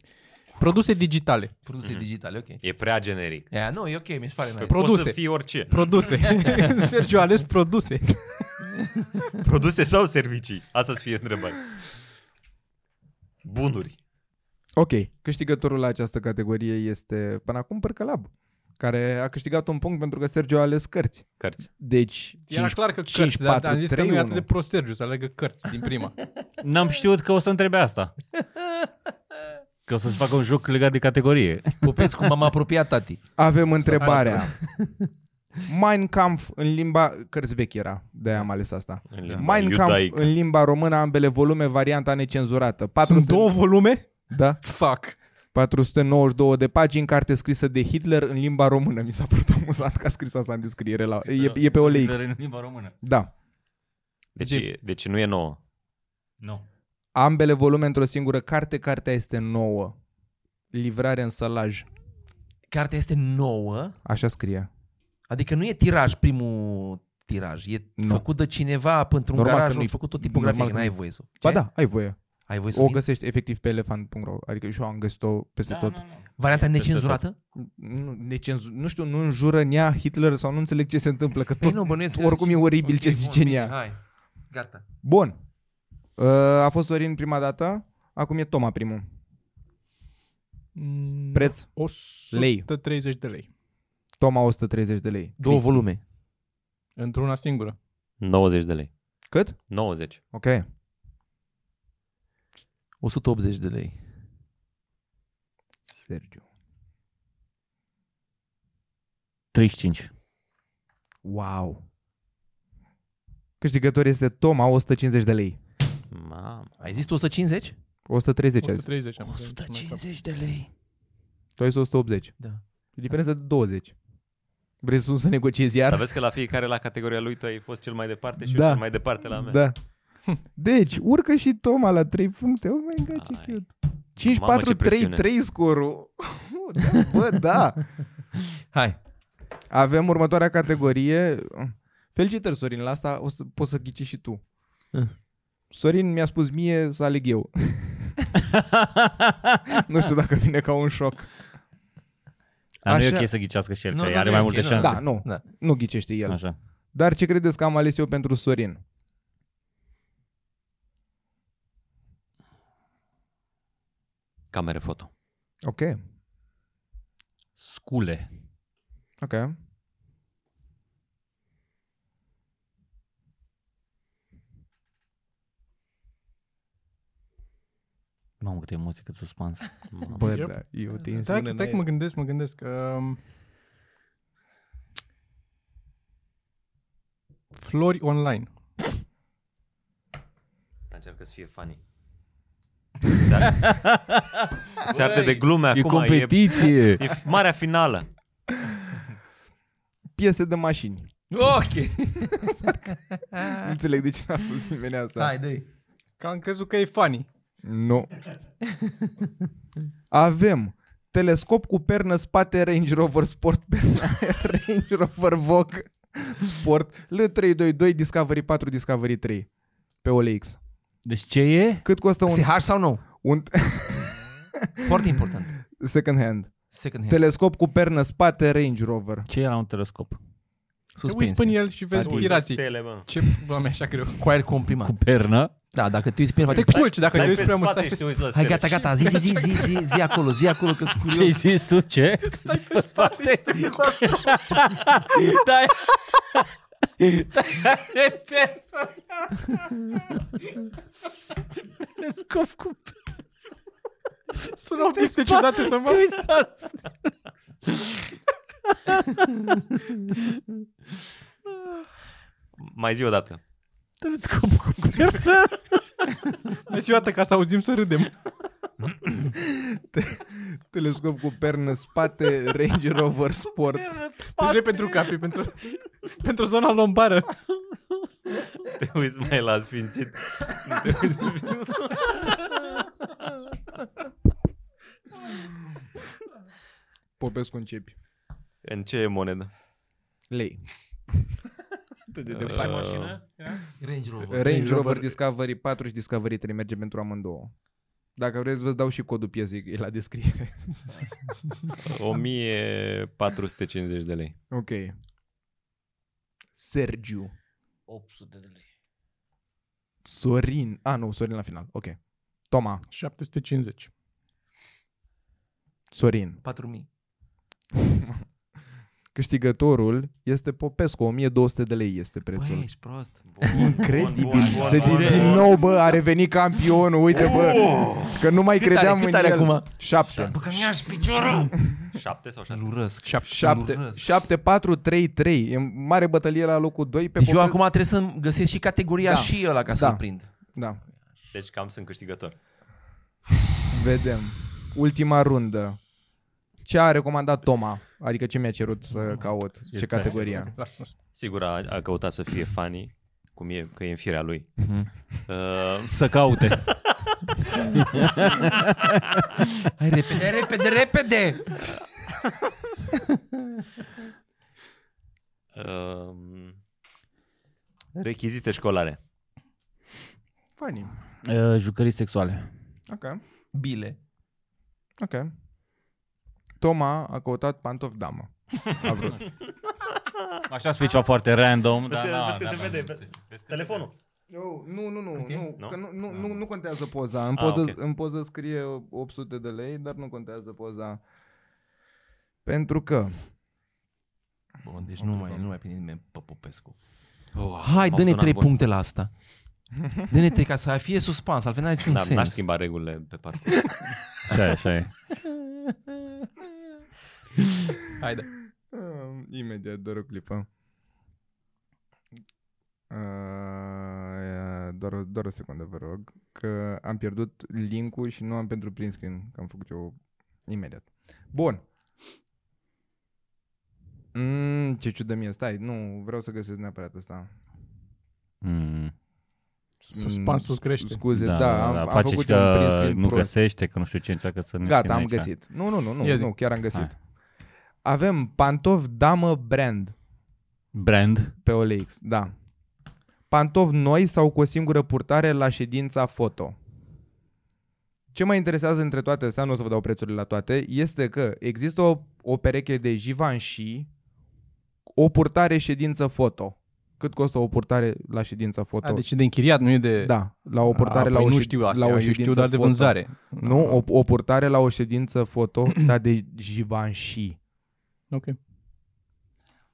A: Produse digitale.
B: Produse
D: Mhm.
B: digitale, ok.
C: E prea generic.
B: Ea, nu, e ok, mi se pare nice.
A: Produse.
C: Poți să fii orice.
A: Produse. Sergiu a ales produse.
C: Produse sau servicii? Asta să fie întrebarea. Bunuri.
D: Ok. Câștigătorul la această categorie este până acum Părcălab, care a câștigat un punct pentru că Sergio a ales cărți.
C: Cărți.
D: Deci,
A: Era
D: 5,
A: clar că cărți,
D: 5,
A: dar
D: 4,
A: am zis
D: 3,
A: că nu e
D: 1.
A: atât de prost Sergiu să alegă cărți din prima.
E: N-am știut că o să întrebe asta. Că o să-și facă un joc legat de categorie.
B: Pupeți cum m-am apropiat, tati.
D: Avem întrebarea. Mein Kampf în limba... Cărți vechi era, de am ales asta.
C: În
D: Da.
B: Da,
D: Mein Kampf în limba română, ambele volume, varianta necenzurată. 400...
A: Sunt două volume?
D: Da.
A: Fuck.
D: 492 de pagini, carte scrisă de Hitler în limba română. Mi s-a părut amuzant că a scris asta în descriere. La... E, e pe OLX.
E: În limba română.
D: Da.
C: Deci, deci nu e nouă.
E: Nu.
D: Ambele volume într-o singură carte. Cartea este nouă. Livrare în sălaj.
B: Cartea este nouă,
D: Așa scrie.
B: adică nu e tiraj primul tiraj, e
D: Nu.
B: făcut de cineva pentru un
D: Normal
B: garaj,
D: că nu-i-
B: au făcut o tipografie,
D: normal că
B: n-ai
D: nu.
B: voie să. Ce?
D: Ba da, ai voie.
B: Ai voie să
D: O
B: o
D: găsești efectiv pe elefant.ro. Adică și eu am găsit-o
B: Da,
D: peste tot.
B: Varianta
D: Păi,
E: E peste
B: necenzurată?
D: Nu, necenzu- nu știu, nu înjură în ea Hitler sau nu înțeleg ce se întâmplă. Că
B: Păi
D: tot,
B: nu, bănuiesc că-
D: oricum e oribil
B: Ok,
D: ce
B: bun,
D: zice în
B: bine,
D: ea.
B: Hai, gata.
D: Bun. Uh, A fost Sorin prima dată. Acum e Toma primul.
A: Mm,
D: Preț?
A: 130 de lei.
D: Toma 130 de lei.
B: Două
D: Cristi.
B: volume.
A: Într-una singură.
C: 90 de lei.
D: Cât?
C: 90.
D: Ok.
B: 180 de lei.
D: Sergiu.
E: 35.
D: Wow. Câștigător este Toma, 150 de lei.
C: Mamă.
B: Ai zis tu 150?
D: 130 azi.
A: 130. am zis.
B: de lei.
D: Tu ai zis 180.
B: Da.
D: E diferența de 20. Vrei să, să negociezi
C: Dar
D: iar?
C: vezi că la fiecare la categoria lui tu ai fost cel mai departe și eu
D: Da.
C: cel mai departe la mea.
D: Da. Deci, urcă și Toma la 3 puncte. Oh my god, ce
C: Ai.
D: cute. 5,
C: Mamă,
D: 4,
C: ce
D: 3,
C: presiune.
D: 3 scorul. Da, Bă, da.
B: Hai.
D: Avem următoarea categorie. Felicitări, Sorin, la asta o să, poți să ghici și tu. Sorin mi-a spus mie să aleg eu. nu știu dacă vine ca un șoc.
E: Dar nu e
D: Așa.
E: ok să ghicească și el,
B: Nu,
E: că
B: nu,
E: are
B: nu e
E: mai
B: ok,
E: multe
B: nu.
E: șanse.
D: Da, nu,
B: Da.
D: nu ghicește el.
E: Așa.
D: Dar ce credeți că am ales eu pentru Sorin?
C: Camere foto.
D: Ok.
E: Scule.
D: Ok.
E: Mamă, câtă emoție, cât suspans.
C: Mamă.
D: Bă,
A: Yep.
D: da, eu te
A: Stai,
D: insună
A: că- stai că mă gândesc, mă gândesc. Um, flori online.
C: Dar încearcă să fie funny. Ți-ar- Ți arde de glume
E: E
C: acum. E,
E: competiție!
C: e f- marea finală.
D: Piese de mașini.
C: Ok.
D: Nu înțeleg de ce n-a spus nimeni asta.
B: Hai, dă
A: Că am crezut că e funny.
D: Nu. Avem telescop cu pernă spate Range Rover Sport pernă aer, Range Rover Vogue Sport L322 Discovery 4 Discovery 3 pe OLX.
E: Deci ce e?
D: Cât costă un,
B: SH sau nu?
D: un
B: Foarte important.
D: second hand?
B: Second hand.
D: Telescop cu pernă spate Range Rover.
E: Ce e la un telescop?
A: Te uiți până în el și vezi
D: Adică-
A: pirații.
C: Stele, mă.
A: Ce blam e așa greu.
B: Cu aer comprimat.
E: Cu pernă?
B: Da, dacă tu îți pe el,
A: Te
B: faci...
A: culci dacă te
C: Stai
A: uiți
C: pe
A: prea mult.
C: spate
A: Stai,
C: și te uiți la
B: Hai,
C: stele.
B: gata, gata, zi, zi, zi, zi, zi, zi acolo, zi acolo, că sunt
E: Ce ai
B: curios.
E: zis tu? Ce?
A: stai pe spate și te uiți la stele.
E: da, telescop cu pernă.
A: Sună o chestie ciudată să mă...
C: Mai zi o dată.
E: Telescop cu pernă.
A: Hai zi o dată ca Deci, să auzim să râdem.
D: Telescop cu pernă spate Range Rover Sport.
A: Deci e pentru cap, e pentru, pentru zona lombară.
C: Te uiți mai la sfințit. Nu te uiți
D: Popescu începi.
C: În ce e monedă?
D: Lei. Atât de departe.
C: Uh,
B: Range Rover.
D: Range Rover Discovery 4 și Discovery 3 merge pentru amândouă. Dacă vreți, vă dau și codul piesei, e la descriere.
C: Uh, 1450 de lei.
D: Ok. Sergiu.
E: 800 de lei.
D: Sorin. Ah, nu, Sorin la final. Ok. Toma.
A: 750.
D: Sorin.
B: 4.000.
D: Câștigătorul este Popescu. 1200 de lei este prețul.
B: Băi, ești prost.
D: Incredibil.
C: Bun, bun,
D: Se
C: bun,
D: din,
C: bun,
D: din
C: bun.
D: nou, bă, a revenit campionul. Uite, bă, că nu mai
B: Cât
D: credeam
B: are, cât
D: în
B: are
D: el.
B: acum?
D: 7.
B: Bă, că mi-aș piciorul.
C: 7 sau 6?
B: Îl urăsc.
D: 7, 7 4 3 3. E mare bătălie la locul 2 pe
B: Deci eu
D: Pope-
B: acum trebuie să găsesc și categoria
D: Da.
B: și ăla ca să-l
D: Da.
B: prind.
D: Da.
C: Deci cam sunt câștigător.
D: Vedem. Ultima rundă. Ce a recomandat Toma? Adică ce mi-a cerut să caut? Ce,
E: ți-a
D: categoria?
A: Lasă-mă.
C: Sigur a, a căutat să fie funny, cum e, că e în firea lui.
B: Mhm.
C: Uh,
E: Să caute.
B: Hai repede, repede, repede!
C: uh, rechizite școlare.
D: Funny.
E: Uh, jucării sexuale.
D: Ok.
B: Bile.
D: Ok. Toma a căutat pantof damă. A vrut.
E: Așa se făcea foarte random.
C: Vezi
E: dar
C: că-
E: na,
C: vezi că
E: da,
C: se
E: da,
C: vede
E: da,
C: pe-
E: vezi că
C: Telefonul.
D: Oh, nu, nu, nu, nu,
C: Nu?
D: că nu, nu, nu, nu contează poza. În
C: Ah,
D: poză,
C: ok.
D: în poză scrie 800 de lei, dar nu contează poza. Pentru că
B: Bun, deci nu mai, nu mai prinde nimeni pe Popescu.
C: Oh,
B: Hai, dă-ne trei puncte la asta. Dă-ne trei ca să fie suspans, altfel n-are niciun
C: Da, n-aș
B: sens.
C: schimba regulile pe parcurs.
E: Așa e, așa e.
A: Haide.
D: Um, Imediat, doar o clipă. Uh, doar, o- doar o secundă, vă rog, că am pierdut linkul și nu am pentru print screen, că am făcut eu imediat. Bun. Mm, ce ciudă mie, stai, nu, vreau să găsesc neapărat asta.
E: Mm,
A: Suspansul
D: Mm,
A: crește.
D: Scuze, da,
E: da,
D: am,
E: da,
D: am
E: faceți
D: făcut un print
E: că
D: screen
E: nu
D: prost.
E: găsește, că nu știu ce încearcă să ne
D: Gata,
E: țină
D: am
E: aici.
D: găsit. Nu, nu, nu,
A: Ia
D: nu,
A: zi.
D: nu, chiar am găsit.
E: Hai.
D: Avem pantof damă brand.
E: Brand.
D: Pe OLX, da. Pantofi noi sau cu o singură purtare la ședința foto. Ce mă interesează între toate astea, nu o să vă dau prețurile la toate, este că există o, o pereche de Givenchy, o purtare ședință foto. Cât costă o purtare la ședință foto?
A: A, deci de închiriat, nu e de...
D: da, la o purtare
A: A,
D: la,
A: păi
D: o
A: nu
D: șed-
A: știu asta,
D: la o
A: eu
D: ședință
A: știu doar de
D: foto.
A: vânzare.
D: Nu, o, o purtare la o ședință foto, dar de Givenchy.
A: Ok.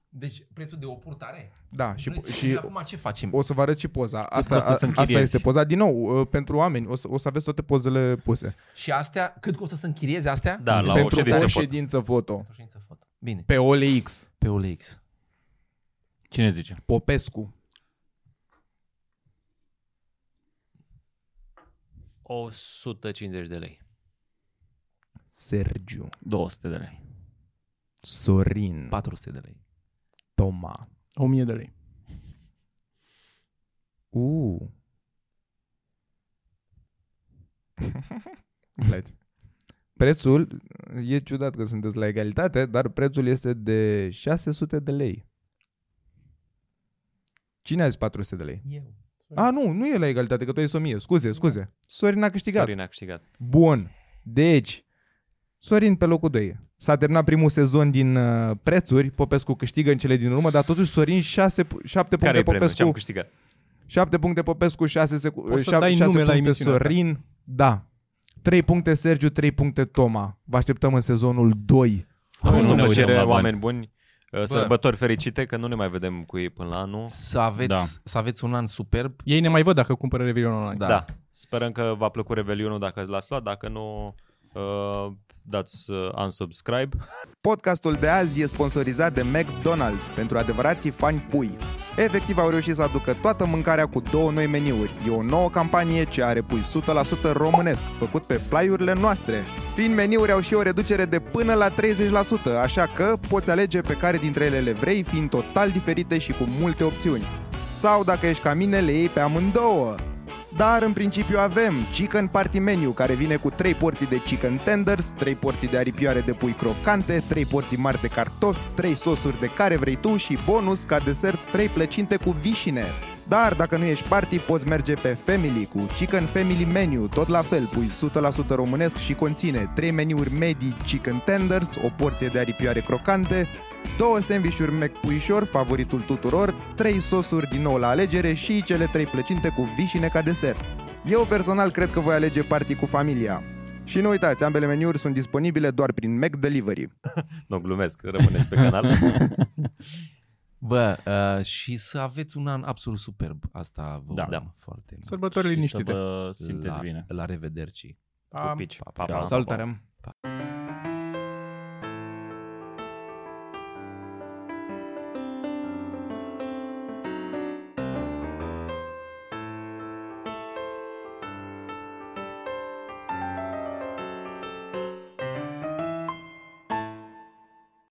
B: Deci prețul de o purtare?
D: Da, și,
B: Vrei-
D: și
B: acum ce facem?
D: o să vă arăt și poza. Asta,
E: costă
D: a,
E: să închiriezi?
D: asta este poza. Din nou, uh, pentru oameni, o să, o să aveți toate pozele puse.
B: Și astea, cât costă să închiriezi astea?
C: Da, la o
D: pentru
C: ședință
D: o
C: pot.
D: ședință foto.
B: O ședință foto. Bine,
D: Pe OLX.
B: pe OLX.
E: Cine zice?
D: Popescu.
C: 150 de lei.
D: Sergiu.
E: 200 de lei.
D: Sorin.
B: 400 de lei.
D: Toma.
A: 1000 de lei.
D: Uh. Blade. Prețul, e ciudat că sunteți la egalitate, dar prețul este de 600 de lei. Cine a zis 400 de lei?
B: Eu.
D: A, nu, nu e la egalitate, că tu ai 1000. Scuze, scuze. Sorin a câștigat.
C: Da. Sorin a câștigat.
D: Bun. Deci, Sorin pe locul 2. S-a terminat primul sezon din uh, prețuri, Popescu câștigă în cele din urmă, dar totuși Sorin 6, 7
C: Care
D: puncte
C: e premiul? Ce am
D: Popescu,
C: câștigat?
D: 7 puncte Popescu, 6, secu-
A: Poți să
D: 7,
A: dai
D: 6
A: nume la
D: puncte
A: emisiunea asta.
D: Sorin. Da. 3 puncte Sergiu, 3 puncte Toma. Vă așteptăm în sezonul 2.
E: Nu,
C: Nu
E: ne
C: ne
E: uităm
C: cere
E: la bani.
C: oameni buni. uh, Sărbători fericite, că nu ne mai vedem cu ei până la anul.
B: Să aveți,
E: Da.
B: să aveți un an superb.
A: Ei ne mai văd dacă cumpără Revelion online.
B: Da.
C: Da. Sperăm că v-a plăcut Revelionul dacă l-ați luat. Dacă nu, uh, dați uh, unsubscribe.
D: Podcastul de azi e sponsorizat de McDonald's pentru adevărații fani pui. Efectiv au reușit să aducă toată mâncarea cu două noi meniuri. E o nouă campanie ce are pui 100% românesc, făcut pe plaiurile noastre. Fiind meniuri au și o reducere de până la 30%, așa că poți alege pe care dintre ele le vrei, fiind total diferite și cu multe opțiuni. Sau dacă ești ca mine, le iei pe amândouă. Dar în principiu avem Chicken Party Menu, care vine cu 3 porții de chicken tenders, 3 porții de aripioare de pui crocante, 3 porții mari de cartofi, 3 sosuri de care vrei tu și bonus ca desert 3 plăcinte cu vișine. Dar dacă nu ești party, poți merge pe Family cu Chicken Family Menu, tot la fel, pui 100% românesc și conține 3 meniuri medii chicken tenders, o porție de aripioare crocante, două sandvișuri McPuișor, favoritul tuturor, trei sosuri din nou la alegere și cele trei plăcinte cu vișine ca desert. Eu personal cred că voi alege party cu familia. Și nu uitați, ambele meniuri sunt disponibile doar prin Mac Delivery.
C: Nu, glumesc, rămâneți pe canal.
B: Bă, uh, și să aveți un an absolut superb. Asta vă
E: Da.
B: urăm
C: Da.
B: foarte mult.
A: Sărbători
E: Și
A: liniștite.
E: Da. Să vă simteți
B: la,
E: bine.
B: la revederci.
C: Cu pici. Pa, pa.
E: Da.
D: Salutare!